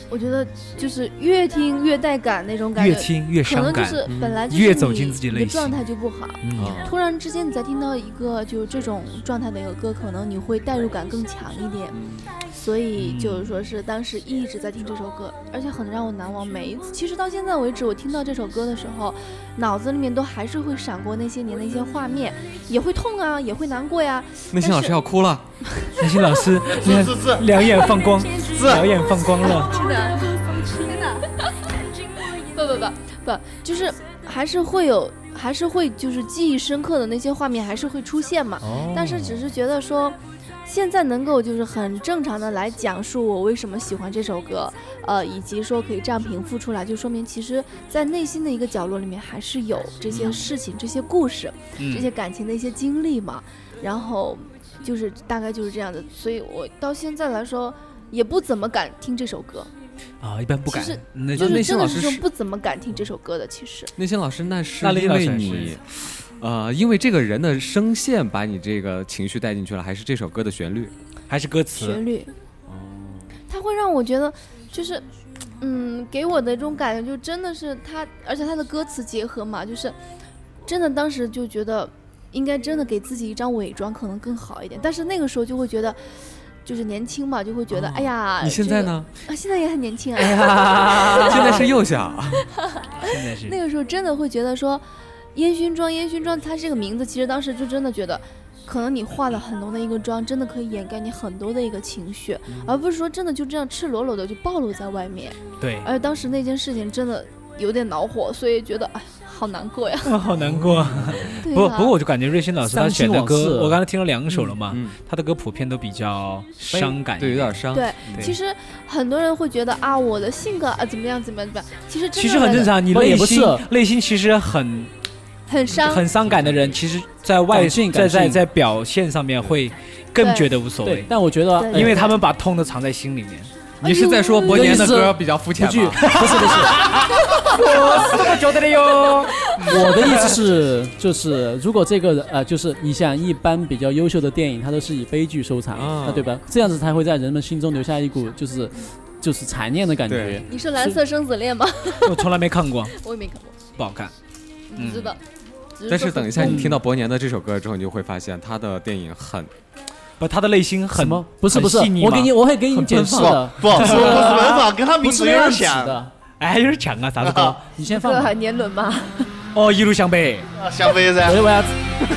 Speaker 6: 我觉得就是越听越带感那种感觉，
Speaker 3: 越听越
Speaker 6: 可
Speaker 3: 伤
Speaker 6: 能就
Speaker 3: 感，
Speaker 6: 是
Speaker 2: 嗯
Speaker 6: 本来就是
Speaker 3: 越走进
Speaker 6: 你
Speaker 3: 自己
Speaker 6: 你
Speaker 3: 内
Speaker 6: 的
Speaker 3: 心
Speaker 6: 状态就不好。
Speaker 3: 嗯
Speaker 6: 突然之间，你再听到一个就这种状态的一个歌，可能你会代入感更强一点，所
Speaker 3: 嗯
Speaker 6: 以就是说是当时一直在听这首歌，而且很让我难忘。每一次，其实到现在为止，我听到这首歌的时候，脑子里面都还是会闪过那些年的一些画面，也会痛啊，也会难过呀。
Speaker 2: 内心老师要哭了，
Speaker 3: 南星老师，你看
Speaker 5: 是是是，
Speaker 3: 两眼放光，两眼放光了，
Speaker 6: 真的，真的，不不不不，就是还是会有，还是会就是记忆深刻的那些画面还是会出现嘛。但是只是觉得说，现在能够就是很正常的来讲述我为什么喜欢这首歌，呃，以及说可以这样平复出来，就说明其实在内心的一个角落里面还是有这
Speaker 3: 嗯
Speaker 6: 些事情、这些故事、这些感情的一些经历嘛。然后就是大概就是这样的，所以我到现在来说。也不怎么敢听这首歌，
Speaker 3: 啊，一般不敢
Speaker 6: 其实，
Speaker 3: 那
Speaker 6: 就
Speaker 3: 就是
Speaker 2: 内
Speaker 6: 真
Speaker 2: 心
Speaker 6: 的
Speaker 2: 老
Speaker 6: 是
Speaker 2: 师
Speaker 6: 这种
Speaker 2: 是
Speaker 6: 不怎么敢听这首歌的。其实
Speaker 2: 内心老师那是
Speaker 3: 那内心
Speaker 2: 因
Speaker 3: 老师
Speaker 2: 为
Speaker 3: 还是
Speaker 2: 你，呃，因为这个人的声线把你这个情绪带进去了，还是这首歌的旋律？
Speaker 3: 还是歌
Speaker 6: 旋
Speaker 3: 词，
Speaker 6: 律，
Speaker 2: 哦
Speaker 6: 它会让我觉得，就是，嗯，给我的这种感觉就真的是它，而且它的歌词结合嘛，就是真的当时就觉得应该真的给自己一张伪装可能更好一点，但是那个时候就会觉得。就是年轻嘛，就会觉得、哎呀，
Speaker 2: 哦你现在呢？
Speaker 6: 这个？啊，现在也很 年轻啊。
Speaker 2: 现在是又想，
Speaker 4: 啊
Speaker 3: 现在是
Speaker 6: 那个时候真的会觉得说，烟熏妆，烟熏妆，它这个名字，其实当时就真的觉得，可能你化了很浓的一个妆，真的可以掩盖你很多的一个情绪，
Speaker 3: 嗯
Speaker 6: 而不是说真的就这样赤裸裸的就暴露在外面。
Speaker 3: 对，
Speaker 6: 而且当时那件事情真的有点恼火，所以觉得哎，好难 过呀。
Speaker 3: 好难过。
Speaker 6: 对啊
Speaker 3: 不，
Speaker 6: 呀
Speaker 3: 不过我就感觉瑞欣老师他
Speaker 4: 伤心
Speaker 3: 选的
Speaker 4: 往事
Speaker 3: 歌，我刚才听了两首了嘛
Speaker 2: 嗯嗯，
Speaker 3: 他的歌普遍都比较伤感 一
Speaker 2: 对，
Speaker 3: 点，
Speaker 2: 有点伤。
Speaker 6: 对，
Speaker 3: 对
Speaker 6: 其实很多人会觉得啊，我的性格啊怎么样怎么样怎么样，其实真
Speaker 3: 其
Speaker 6: 的
Speaker 3: 实很正，常，你
Speaker 4: 不
Speaker 3: 内
Speaker 4: 也不
Speaker 3: 心
Speaker 4: 是
Speaker 3: 内心其实很
Speaker 6: 很伤，
Speaker 3: 很伤感的人，其实在外
Speaker 4: 感性
Speaker 3: 在
Speaker 4: 感
Speaker 3: 在
Speaker 4: 性
Speaker 3: 在表现上面会更
Speaker 6: 对
Speaker 3: 觉得无所
Speaker 4: 对
Speaker 3: 谓，，
Speaker 4: 但我觉得，呃
Speaker 6: 对
Speaker 3: 因为他们把痛都藏在心里面。
Speaker 2: 你是在说伯年的歌比较肤
Speaker 4: 不
Speaker 2: 浅
Speaker 4: 具，
Speaker 2: 吗？
Speaker 4: 不是不是，
Speaker 3: 我是这么觉得的哟。
Speaker 4: 我的意思是，就是如果这个人呃，就是你想一般比较优秀的电影，它都是以悲剧收场，
Speaker 2: 啊
Speaker 4: 那对吧？这样子才会在人们心中留下一股就是就是残念的感觉
Speaker 2: 对。
Speaker 6: 你是蓝色生死恋吗？
Speaker 3: 我从来没看过，
Speaker 6: 我也没看过，
Speaker 3: 不好看。嗯
Speaker 6: 不知道。只
Speaker 2: 但
Speaker 6: 说
Speaker 2: 是等一下，
Speaker 4: 嗯
Speaker 2: 你听到伯年的这首歌之后，你就会发现他的电影很
Speaker 3: 不，他的内心很
Speaker 4: 什么？不是
Speaker 3: 很
Speaker 4: 不是
Speaker 3: 细腻，
Speaker 4: 我
Speaker 3: 吗
Speaker 4: 给你，我会给你
Speaker 2: 很
Speaker 4: 解
Speaker 2: 奔
Speaker 4: 释
Speaker 2: 放
Speaker 4: 的，
Speaker 5: 不是不是文 法，跟他名
Speaker 4: 不是
Speaker 5: 字
Speaker 4: 那
Speaker 5: 有点
Speaker 4: 样子
Speaker 5: 像，
Speaker 4: 的。
Speaker 3: 哎，有点抢啊，啥子歌？
Speaker 4: 你先放吧，
Speaker 7: 对，年轮嘛，
Speaker 3: 哦，一路向北，
Speaker 5: 啊像不
Speaker 4: 我
Speaker 3: 哎
Speaker 5: 噻？
Speaker 4: 为啥子？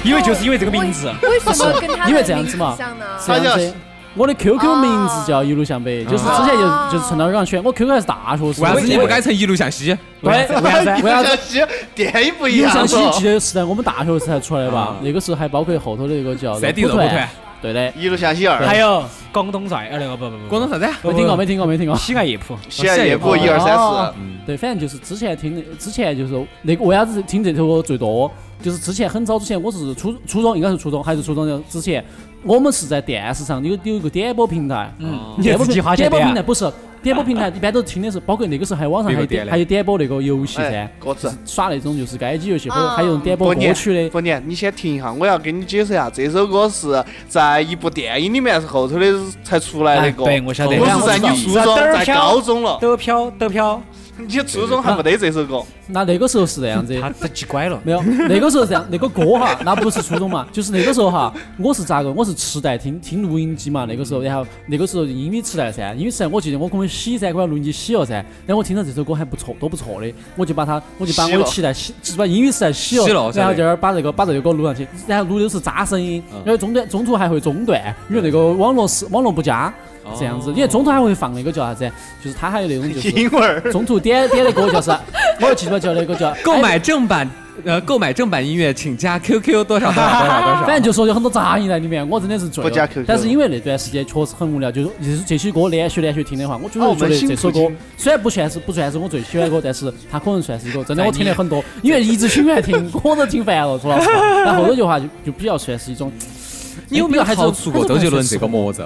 Speaker 3: 因为就是因为这个名字，
Speaker 7: 为什么跟他
Speaker 4: 因为
Speaker 7: 的
Speaker 4: 这样
Speaker 7: 名
Speaker 4: 子
Speaker 7: 字
Speaker 4: 嘛
Speaker 7: 像呢？
Speaker 4: 这样
Speaker 5: 他叫
Speaker 4: 子。我的
Speaker 6: 哦
Speaker 4: QQ 名字叫一路向北，就是
Speaker 3: 啊
Speaker 4: 之前就就是陈道刚选，我 QQ 还是大学时
Speaker 2: 为啥
Speaker 4: 候
Speaker 2: 子你不
Speaker 4: 我
Speaker 2: 改成一路向西？
Speaker 4: 对，为啥子？为 啥子
Speaker 5: 像？西电影不
Speaker 4: 一
Speaker 5: 一
Speaker 4: 路
Speaker 5: 样
Speaker 4: 向西
Speaker 5: 嗦
Speaker 4: 记得是在我们大学时才出来的吧
Speaker 2: 啊？
Speaker 4: 那个时候还包括后头那个叫
Speaker 2: 三 D
Speaker 4: 肉
Speaker 2: 肉
Speaker 4: 蒲
Speaker 2: 蒲
Speaker 4: 团
Speaker 2: 团，
Speaker 4: 对的。
Speaker 5: 一路向西二，
Speaker 3: 还有广东帅，哎，那个不不不，
Speaker 2: 广东啥子？
Speaker 3: 不
Speaker 4: 没听过，没听过，没听过。
Speaker 3: 西安夜浦，
Speaker 5: 现在也
Speaker 2: 我
Speaker 5: 过一二三四，
Speaker 2: 嗯，
Speaker 4: 对，反正就是之前听的，之前就是那个为啥子听这首歌最多？就是之前很早之前，我是初初中，应该是初中还是初中的之前，我们是在电视上有有一个点播平台，
Speaker 3: 嗯，你
Speaker 4: 点
Speaker 3: 也
Speaker 4: 播
Speaker 3: 自己
Speaker 4: 平
Speaker 3: 花
Speaker 4: 点
Speaker 3: 钱
Speaker 4: 播平
Speaker 3: 点
Speaker 4: 台
Speaker 3: 啊，
Speaker 4: 不是点播平台，一般都听的是，包括那个时候还网上还
Speaker 2: 别
Speaker 4: 有
Speaker 2: 个点
Speaker 4: 点
Speaker 2: 嘞
Speaker 4: 还有点播那个游戏噻
Speaker 5: 哎，，鸽子。
Speaker 4: 耍那种就是街机游戏，或者还有那种点播歌曲的。
Speaker 5: 不年，你先停一下，我要给你解释一下，这首歌是在一部电影里面是后头的才出来的歌。
Speaker 3: 对，我晓得。
Speaker 5: 我是在你初中，在高中了，
Speaker 3: 得飘得飘，
Speaker 5: 你初中还没得这首歌。
Speaker 4: 那那个时候是这样子，
Speaker 3: 他他记拐了。
Speaker 4: 没有，那个时候这样，那个歌哈， 那不是初中嘛，就是那个时候哈，我是咋个？我是磁带听听录音机嘛，那个时候，然后那个时候英语磁带噻，英语磁带我记得我可能洗噻，我把录音机洗了噻，然后我听到这首歌还不错，都不错的，我就把它，我就把我
Speaker 5: 洗
Speaker 4: 的
Speaker 5: 了
Speaker 4: 磁带洗，就把英语磁带洗了，
Speaker 2: 洗了
Speaker 4: 然后就儿把这个把这个歌录上去，然后录的是杂声音，
Speaker 5: 嗯
Speaker 4: 然后中间中途还会中断，因为那个网络是网络不佳。
Speaker 5: 哦
Speaker 4: 哦这样子，因为
Speaker 2: 哦
Speaker 4: 中途还会放那个叫啥子，就是它还有那种 就是
Speaker 5: 英文儿，
Speaker 4: 中途点点的歌叫啥，我记不叫那个 叫
Speaker 2: 购买正版，呃，购买正版音乐请加 QQ 多少多少多少多少。
Speaker 4: 反正就说有很多杂音在里面，我真的是醉
Speaker 5: 不加
Speaker 4: 了
Speaker 5: QQ。
Speaker 4: 但是因为那段时间确实很无聊，就是这这些歌连续连续听的话，我就
Speaker 5: 哦
Speaker 4: 是觉得
Speaker 5: 扪心
Speaker 4: 这首
Speaker 5: 自
Speaker 4: 歌
Speaker 5: 问
Speaker 4: 虽然不算是不算是我最喜欢的歌，但是它可能算是一个真的我听了很 多，因为一直循环听，我都听烦了，说老实话。但后头的话就就比较算是一种
Speaker 2: 你有没有
Speaker 4: 还
Speaker 2: 逃出过周杰伦这个魔咒？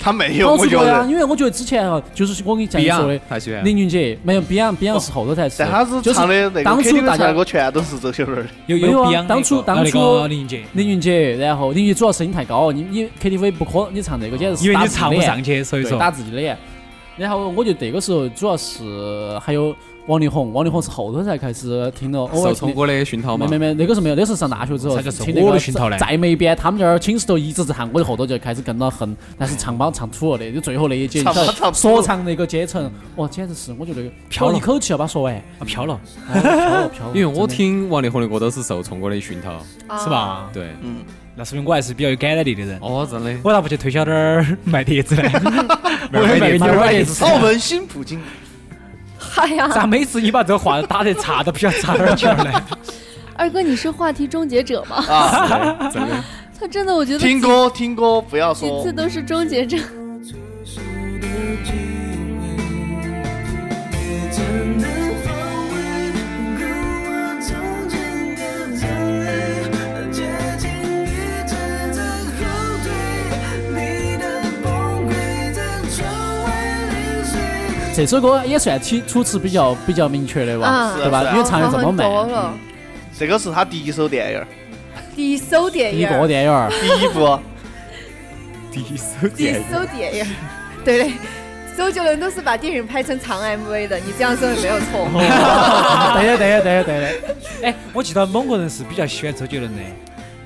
Speaker 5: 他没 有，
Speaker 4: 逃
Speaker 5: 我
Speaker 4: 出
Speaker 5: 觉
Speaker 4: 过呀，
Speaker 5: 得，
Speaker 4: 因为我觉得之前哈，就是我跟你前面说
Speaker 2: Beyond 嗯
Speaker 4: 的。
Speaker 2: 太喜欢
Speaker 4: 林俊杰没有 Beyond Beyond 是后头才是，
Speaker 5: 但他是
Speaker 4: 就
Speaker 5: 唱的那
Speaker 4: 是
Speaker 5: 个
Speaker 4: 当
Speaker 5: KTV
Speaker 4: 初大
Speaker 5: 唱的
Speaker 4: 家
Speaker 5: 歌全都是周杰伦的。
Speaker 3: 有
Speaker 4: 没有
Speaker 3: 有
Speaker 4: 啊
Speaker 3: Beyond
Speaker 4: 当初
Speaker 3: 那个
Speaker 4: 当
Speaker 3: 那
Speaker 4: 初
Speaker 3: 个林俊杰，
Speaker 4: 林俊杰，然后林俊杰主要声音太高，你你 KTV 不可，你唱这个简直是
Speaker 3: 因为
Speaker 4: 打
Speaker 3: 你
Speaker 4: 自己
Speaker 3: 唱不
Speaker 4: 脸
Speaker 3: 上去，所以
Speaker 4: 对
Speaker 3: 说
Speaker 4: 打自己的脸。然后我觉得这个时候主要是还有王力宏，王力宏是后头才开始听了，偶
Speaker 2: 受
Speaker 4: 尔
Speaker 2: 聪
Speaker 4: 听。
Speaker 2: 哥的熏陶
Speaker 4: 没
Speaker 2: 嘛，
Speaker 4: 没没，那个时候没有，那时候上大学之后
Speaker 3: 啥叫是
Speaker 4: 听那
Speaker 3: 我
Speaker 4: 个
Speaker 3: 的熏陶嘞
Speaker 4: 在梅边，他们那儿寝室头一直在喊，我的后头就开始跟到恨，但是唱帮唱土了的，就最后那一节
Speaker 5: 唱吧唱土
Speaker 4: 说唱那个阶层，哇，简直是我觉得
Speaker 3: 飘
Speaker 4: 飘
Speaker 3: 了
Speaker 4: 一口气要把它说完，
Speaker 3: 啊飘了，
Speaker 4: 哎飘了飘了。
Speaker 2: 因为我
Speaker 4: 真的
Speaker 2: 听王力宏的歌都是受聪哥的熏陶，
Speaker 3: 是？吧？
Speaker 2: 对，
Speaker 5: 嗯，
Speaker 3: 那说明我还是比较有感染力的人。
Speaker 2: 哦，真的，
Speaker 3: 我咋不去推销点儿卖碟子呢？我
Speaker 2: 卖碟
Speaker 3: 也卖
Speaker 2: 子
Speaker 3: 牛 肉碟子。
Speaker 5: 澳门新葡京，
Speaker 7: 嗨呀，
Speaker 3: 咋每次你把这话打得差都不晓得差哪儿去了呢？
Speaker 6: 二哥，你是话题终结者吗？
Speaker 2: 对真的，
Speaker 6: 他真的，我觉得
Speaker 5: 听
Speaker 6: 几
Speaker 5: 歌听歌，不要
Speaker 6: 几
Speaker 5: 说
Speaker 6: 次都是终结者。
Speaker 9: 手的距离，也只能否认，跟我从前的滋味，接近一直在后退，你的崩溃在窗外零碎。
Speaker 4: 这首歌也算起初词比较比较明确的吧，
Speaker 6: 啊
Speaker 4: 对
Speaker 5: 是啊
Speaker 4: 吧？因为唱的这么
Speaker 7: 嗯哦
Speaker 4: 嗯
Speaker 7: 多
Speaker 4: 慢，
Speaker 7: 了。
Speaker 5: 这个是他第一首电影儿，
Speaker 7: 第一首电
Speaker 4: 一
Speaker 7: 影，
Speaker 4: 个电影儿。
Speaker 5: 第一部。
Speaker 2: 第一首
Speaker 7: 第一
Speaker 2: 电影，
Speaker 7: 首电影，对对，周杰伦都是把电影拍成长 MV 的，你这样说也没有错。
Speaker 4: 哦对的，对的，对的，对的。
Speaker 3: 哎，我记得某个人是比较喜欢周杰伦的，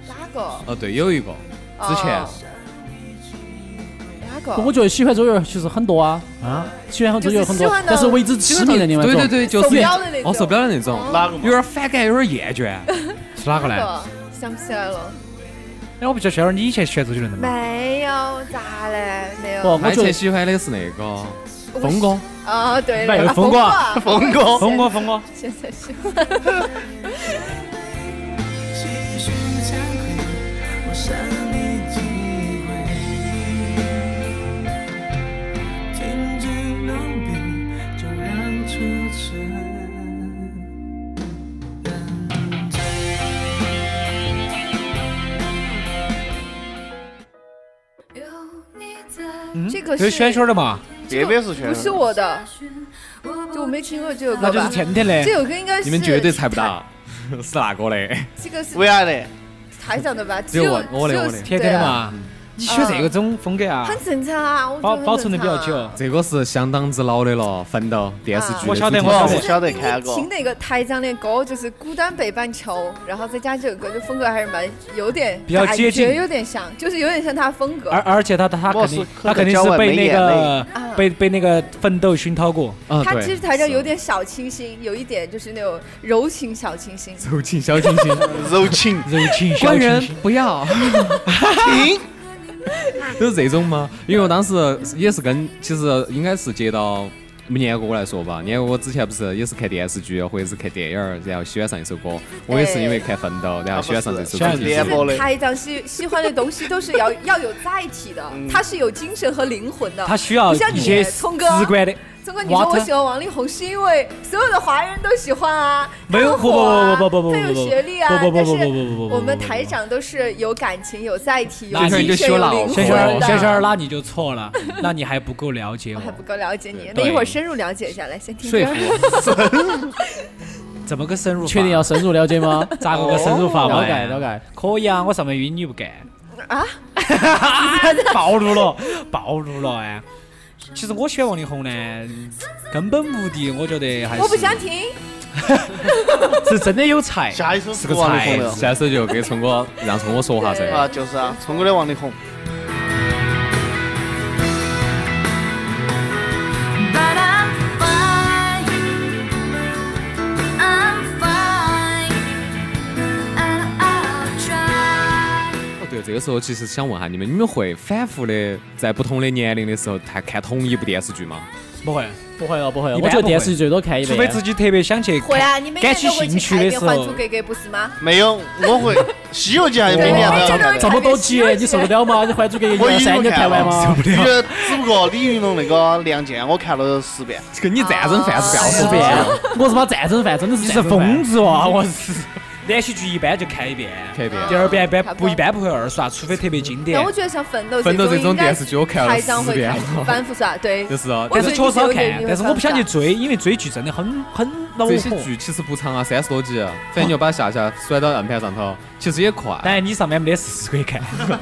Speaker 7: 哪个？
Speaker 2: 哦对，有一个之前
Speaker 7: 哦哪个？
Speaker 4: 我觉得喜欢周杰伦其实很多啊，啊，喜欢周杰伦很多
Speaker 7: 就是喜欢，的
Speaker 4: 但是为之痴迷的另外一
Speaker 2: 对
Speaker 4: 种。
Speaker 2: 对对，就
Speaker 7: 手
Speaker 2: 是
Speaker 7: 表的那
Speaker 2: 哦
Speaker 7: 种
Speaker 2: 手表的那种，
Speaker 7: 哦
Speaker 5: 哪个嘛
Speaker 2: 有点反感，有点厌倦，
Speaker 3: 是哪个
Speaker 7: 哪
Speaker 3: 呢？
Speaker 7: 个？想不起来了。
Speaker 3: 哎，我不晓得轩儿，你以前喜欢周杰伦的吗？
Speaker 7: 没有，咋嘞？没
Speaker 4: 不，
Speaker 7: 有。
Speaker 4: 哦我
Speaker 2: 他以
Speaker 4: 觉
Speaker 2: 前
Speaker 4: 得
Speaker 2: 喜欢的是那个
Speaker 7: 我
Speaker 2: 峰哥，
Speaker 7: 啊，对，
Speaker 3: 没有
Speaker 7: 啊
Speaker 3: 风
Speaker 7: 哥
Speaker 3: 过
Speaker 7: 啊，
Speaker 5: 峰哥，
Speaker 3: 峰哥，峰哥，
Speaker 7: 现在是。
Speaker 9: 唏嘘惭愧，我想你几回？天之能比，就让初春淡醉。
Speaker 8: 有你在，
Speaker 3: 嗯
Speaker 7: 这个
Speaker 3: 这
Speaker 7: 是
Speaker 3: 是轩轩的嘛？
Speaker 5: 这边是全
Speaker 7: 不是我的，就
Speaker 8: 就
Speaker 7: 我
Speaker 8: 我没
Speaker 7: 没听过这首
Speaker 3: 那
Speaker 7: 歌
Speaker 3: 就是
Speaker 7: 吧？
Speaker 3: 天天的
Speaker 7: 这。首歌应该是
Speaker 2: 你们绝对猜不到 是哪个 嘞？
Speaker 7: 这个是
Speaker 5: 为啥嘞？
Speaker 7: 台长的吧？
Speaker 2: 只有我我的
Speaker 7: 只
Speaker 2: 我
Speaker 7: 有
Speaker 2: 的
Speaker 3: 天天的？
Speaker 7: 对啊
Speaker 3: 嘛？你喜欢这个种风格啊？
Speaker 7: 很正常啊，我觉得
Speaker 3: 保
Speaker 7: 很
Speaker 3: 保存的比较
Speaker 7: 正常
Speaker 3: 久
Speaker 7: 啊。。
Speaker 2: 这个是相当之老的了，奋斗电视剧的
Speaker 3: 啊我晓得
Speaker 2: 主题
Speaker 3: 我晓
Speaker 5: 哇
Speaker 3: 得
Speaker 5: 我
Speaker 7: 是
Speaker 5: 晓得
Speaker 7: 哎你
Speaker 5: 看过
Speaker 7: 听。那个台长的歌，就是《孤单北半球》，然后再加这首歌，就风格还是蛮有点
Speaker 3: 比较接近
Speaker 7: 感觉有点像，就是有点像他风格
Speaker 3: 而。而且他他他
Speaker 5: 莫
Speaker 3: 肯
Speaker 5: 斯
Speaker 3: 定
Speaker 5: 科
Speaker 3: 他
Speaker 5: 的
Speaker 3: 肯定
Speaker 5: 郊
Speaker 3: 是
Speaker 5: 外
Speaker 3: 被
Speaker 5: 没
Speaker 3: 那
Speaker 5: 眼
Speaker 3: 个
Speaker 7: 啊
Speaker 3: 被被那个奋斗熏陶过。
Speaker 2: 啊，
Speaker 7: 他
Speaker 2: 对，
Speaker 7: 其实台长有点小清新，有一点就是那种柔情小清新。
Speaker 2: 走进小清 新，
Speaker 5: 柔情，
Speaker 3: 柔情小
Speaker 2: 官
Speaker 3: 清
Speaker 2: 人
Speaker 3: 新。
Speaker 2: 不要，停，都是这种吗？因为我当时也是跟，其实应该是接到年哥来说吧，年哥我之前不是也是看电视剧或者是看电影儿，然后喜欢上一首歌，我也是因为看《奋斗》，然后喜欢上这首
Speaker 5: 喜欢
Speaker 2: 歌。
Speaker 5: 联播的，
Speaker 7: 台长喜喜欢的东西都是要要有载体的
Speaker 5: 嗯，
Speaker 7: 他是有精神和灵魂的。
Speaker 3: 他需要
Speaker 7: 不像
Speaker 3: 一
Speaker 7: 你
Speaker 3: 些直
Speaker 7: 聪哥
Speaker 3: 观的，
Speaker 7: 聪哥，你说我
Speaker 3: What？
Speaker 7: 喜欢王力宏是因为所有的华人都喜欢啊，
Speaker 3: 没有
Speaker 7: 他很火啊
Speaker 3: 不不不不不不不
Speaker 7: 他有学历啊，
Speaker 3: 不不
Speaker 7: 但
Speaker 3: 不不不
Speaker 7: 是
Speaker 3: 不不不不
Speaker 7: 我们台长都是有感情、有载体、有
Speaker 3: 那你
Speaker 7: 精
Speaker 2: 就
Speaker 7: 神、
Speaker 2: 修
Speaker 7: 有
Speaker 2: 老
Speaker 5: 啊
Speaker 7: 灵
Speaker 2: 活
Speaker 7: 魂
Speaker 3: 轩
Speaker 7: 的。
Speaker 3: 轩
Speaker 2: 了
Speaker 3: 儿轩轩儿，那你就错了，那你还不够了解
Speaker 7: 我
Speaker 3: 我
Speaker 7: 还。不够了解你，那
Speaker 3: 对
Speaker 7: 一会儿深入了解一下，来先听
Speaker 2: 说
Speaker 7: 歌。
Speaker 2: 服我，
Speaker 3: 怎么个深入法？哦
Speaker 4: 确定要深入了 解吗？
Speaker 3: 咋个个深入法
Speaker 4: 了
Speaker 3: 嘛？
Speaker 4: 解了解。
Speaker 3: 可以啊，我上面晕你不干
Speaker 7: 啊？
Speaker 3: 暴露了，暴露了哎！其实我喜欢王力宏呢，根本目的我觉得还是
Speaker 7: 我不想听，
Speaker 3: 是真的有才，
Speaker 5: 下一首
Speaker 3: 是
Speaker 5: 是
Speaker 3: 个
Speaker 5: 王力
Speaker 3: 才
Speaker 5: 宏的
Speaker 2: 下手就给聪哥，让聪哥说下噻。
Speaker 5: 啊，就是啊，中国的王力宏，
Speaker 8: But I'm fine. I'm fine. And I'll try.
Speaker 2: 哦对，这个时候其实想问下你们，你们会反复的在不同的年龄的时候看看同一部电视剧吗？
Speaker 3: 不会，
Speaker 4: 不会哦，不会哦，
Speaker 3: 一般
Speaker 4: 我觉得
Speaker 3: 不会
Speaker 4: 电视剧最多看一啊
Speaker 3: 除非
Speaker 4: 遍。
Speaker 3: 自己特别想去看。
Speaker 7: 会啊，你每
Speaker 3: 感
Speaker 7: 天
Speaker 3: 起
Speaker 7: 都会
Speaker 3: 兴
Speaker 7: 去
Speaker 3: 趣
Speaker 7: 看
Speaker 3: 的
Speaker 7: 一
Speaker 3: 时
Speaker 7: 遍《还珠
Speaker 3: 候，
Speaker 7: 格格》，不是吗？
Speaker 5: 没有，我 会《西游记》还没
Speaker 7: 哇
Speaker 5: 看
Speaker 7: 这
Speaker 5: 到
Speaker 7: 种，
Speaker 4: 这么多集，你受得了吗？你还珠格格一
Speaker 5: 我
Speaker 4: 二
Speaker 5: 一
Speaker 4: 三，
Speaker 5: 共
Speaker 4: 你看
Speaker 5: 看
Speaker 4: 完 吗？
Speaker 5: 因为只不过李云龙那个《亮剑》，我看了十遍，
Speaker 2: 这跟你战争饭是不要
Speaker 3: 啊
Speaker 7: 哎呀
Speaker 4: 十遍，我是妈战争饭，真的是
Speaker 3: 哦你是疯子哇！我是，连续剧一般就看一遍，
Speaker 2: 看一遍
Speaker 3: 第二遍一般
Speaker 7: 哦差不
Speaker 3: 不
Speaker 7: 多
Speaker 3: 一般不会二刷，除非特别经典
Speaker 7: 但我。觉得像《奋斗》
Speaker 2: 奋斗这
Speaker 7: 这
Speaker 2: 种电视剧我看了
Speaker 7: 台上
Speaker 2: 四
Speaker 7: 会
Speaker 2: 遍
Speaker 7: 看
Speaker 2: 了
Speaker 7: 反复刷，对，
Speaker 2: 就是啊
Speaker 7: 我
Speaker 3: 但
Speaker 7: 觉
Speaker 3: 是
Speaker 7: 得
Speaker 3: 确实好
Speaker 7: 你觉得
Speaker 3: 看
Speaker 7: 你，会
Speaker 3: 但是我不想去
Speaker 7: 反复
Speaker 3: 追，因为追剧真的很很恼
Speaker 2: 这些
Speaker 3: 火。
Speaker 2: 剧其实不长啊，三十多集，反正你就把它下下甩到硬盘上头，其实也快。啊
Speaker 3: 当然你上面没得事可以看，
Speaker 2: 因为
Speaker 3: 啊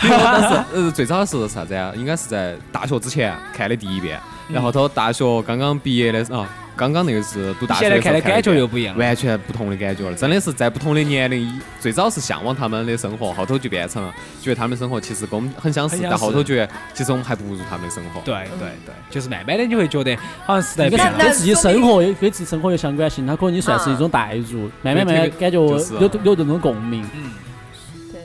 Speaker 2: 我当时呃最早是啥子啊？应该是在大学之前看的第一遍，
Speaker 3: 嗯
Speaker 2: 然后到大学刚刚毕业的时候啊，刚刚那个是读大学
Speaker 3: 现在
Speaker 2: 的时
Speaker 3: 看
Speaker 2: 候
Speaker 3: 的
Speaker 2: 看
Speaker 3: 感觉
Speaker 2: 一遍
Speaker 3: 又不一样了。
Speaker 2: 完全不同的感觉了，真的是在不同的年龄，最早是向往他们的生活，后头就变成了觉得他们的生活其实跟我们很相似，
Speaker 3: 很相似
Speaker 2: 但后头觉得其实我们还不如他们的生活。
Speaker 3: 对对对，就是慢慢的你会觉得好像时代
Speaker 4: 应
Speaker 3: 变
Speaker 4: 该是
Speaker 7: 但
Speaker 3: 了。
Speaker 4: 跟自己生活 有跟自己生活有相关性，它可能你算是一种代入，慢慢慢慢感觉有
Speaker 2: 就是啊
Speaker 4: 有这种共鸣。
Speaker 3: 嗯，
Speaker 7: 对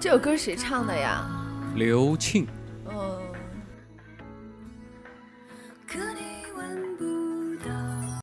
Speaker 7: 这首歌谁唱的呀？
Speaker 2: 刘庆，
Speaker 7: 嗯，
Speaker 8: 可你